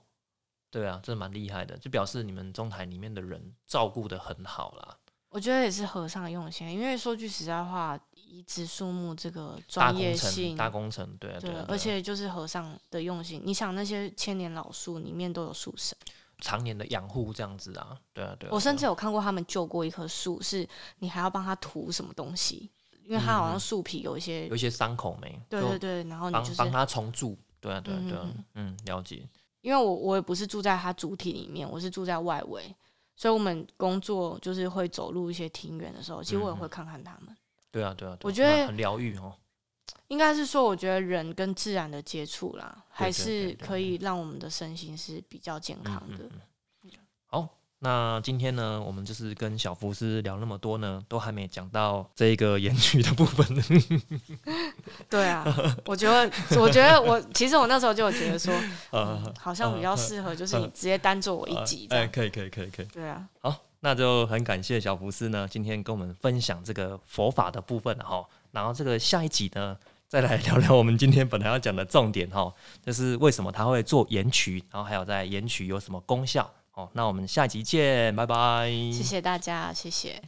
对啊，这蛮厉害的，就表示你们中台里面的人照顾的很好啦，
我觉得也是和尚用心，因为说句实在话，移植树木这个专业性，
大工程，大工程，对啊，
对
对啊，
而
对啊
且就是和尚的用心。你想那些千年老树里面都有树神，
常年的养护这样子啊，对啊，对啊，
我甚
对
至有看过他们救过一棵树，是你还要帮他涂什么东西，因为它
嗯
好
嗯
像树皮有一些
啊，有一些伤口没，
对
就
对对，然后你
帮
就是
帮他重铸，对啊，对啊，对啊
嗯嗯，
嗯，了解，
因为我我也不是住在它主体里面，我是住在外围，所以我们工作就是会走入一些庭园的时候，其实
嗯
我也会看看他们。
对啊，对啊，对啊
我觉得
那很疗愈哦。
应该是说，我觉得人跟自然的接触啦，还
对
是
对对
可以让我们的身心是比较健康的。
嗯好，那今天呢，我们就是跟小福斯聊那么多呢，都还没讲到这个言语的部分呢。
对啊，我觉得，我觉得我其实我那时候就有觉得说，
[laughs] 呃，
好像比较适合就是你直接单做我一集这
哎，
样。
可以，可以，可以，可以。
对啊，
好，那就很感谢小福斯呢，今天跟我们分享这个佛法的部分哈、然后这个下一集呢，再来聊聊我们今天本来要讲的重点哈、就是为什么他会做盐曲，然后还有在盐曲有什么功效哦。那我们下一集见，拜拜。
谢谢大家，谢谢。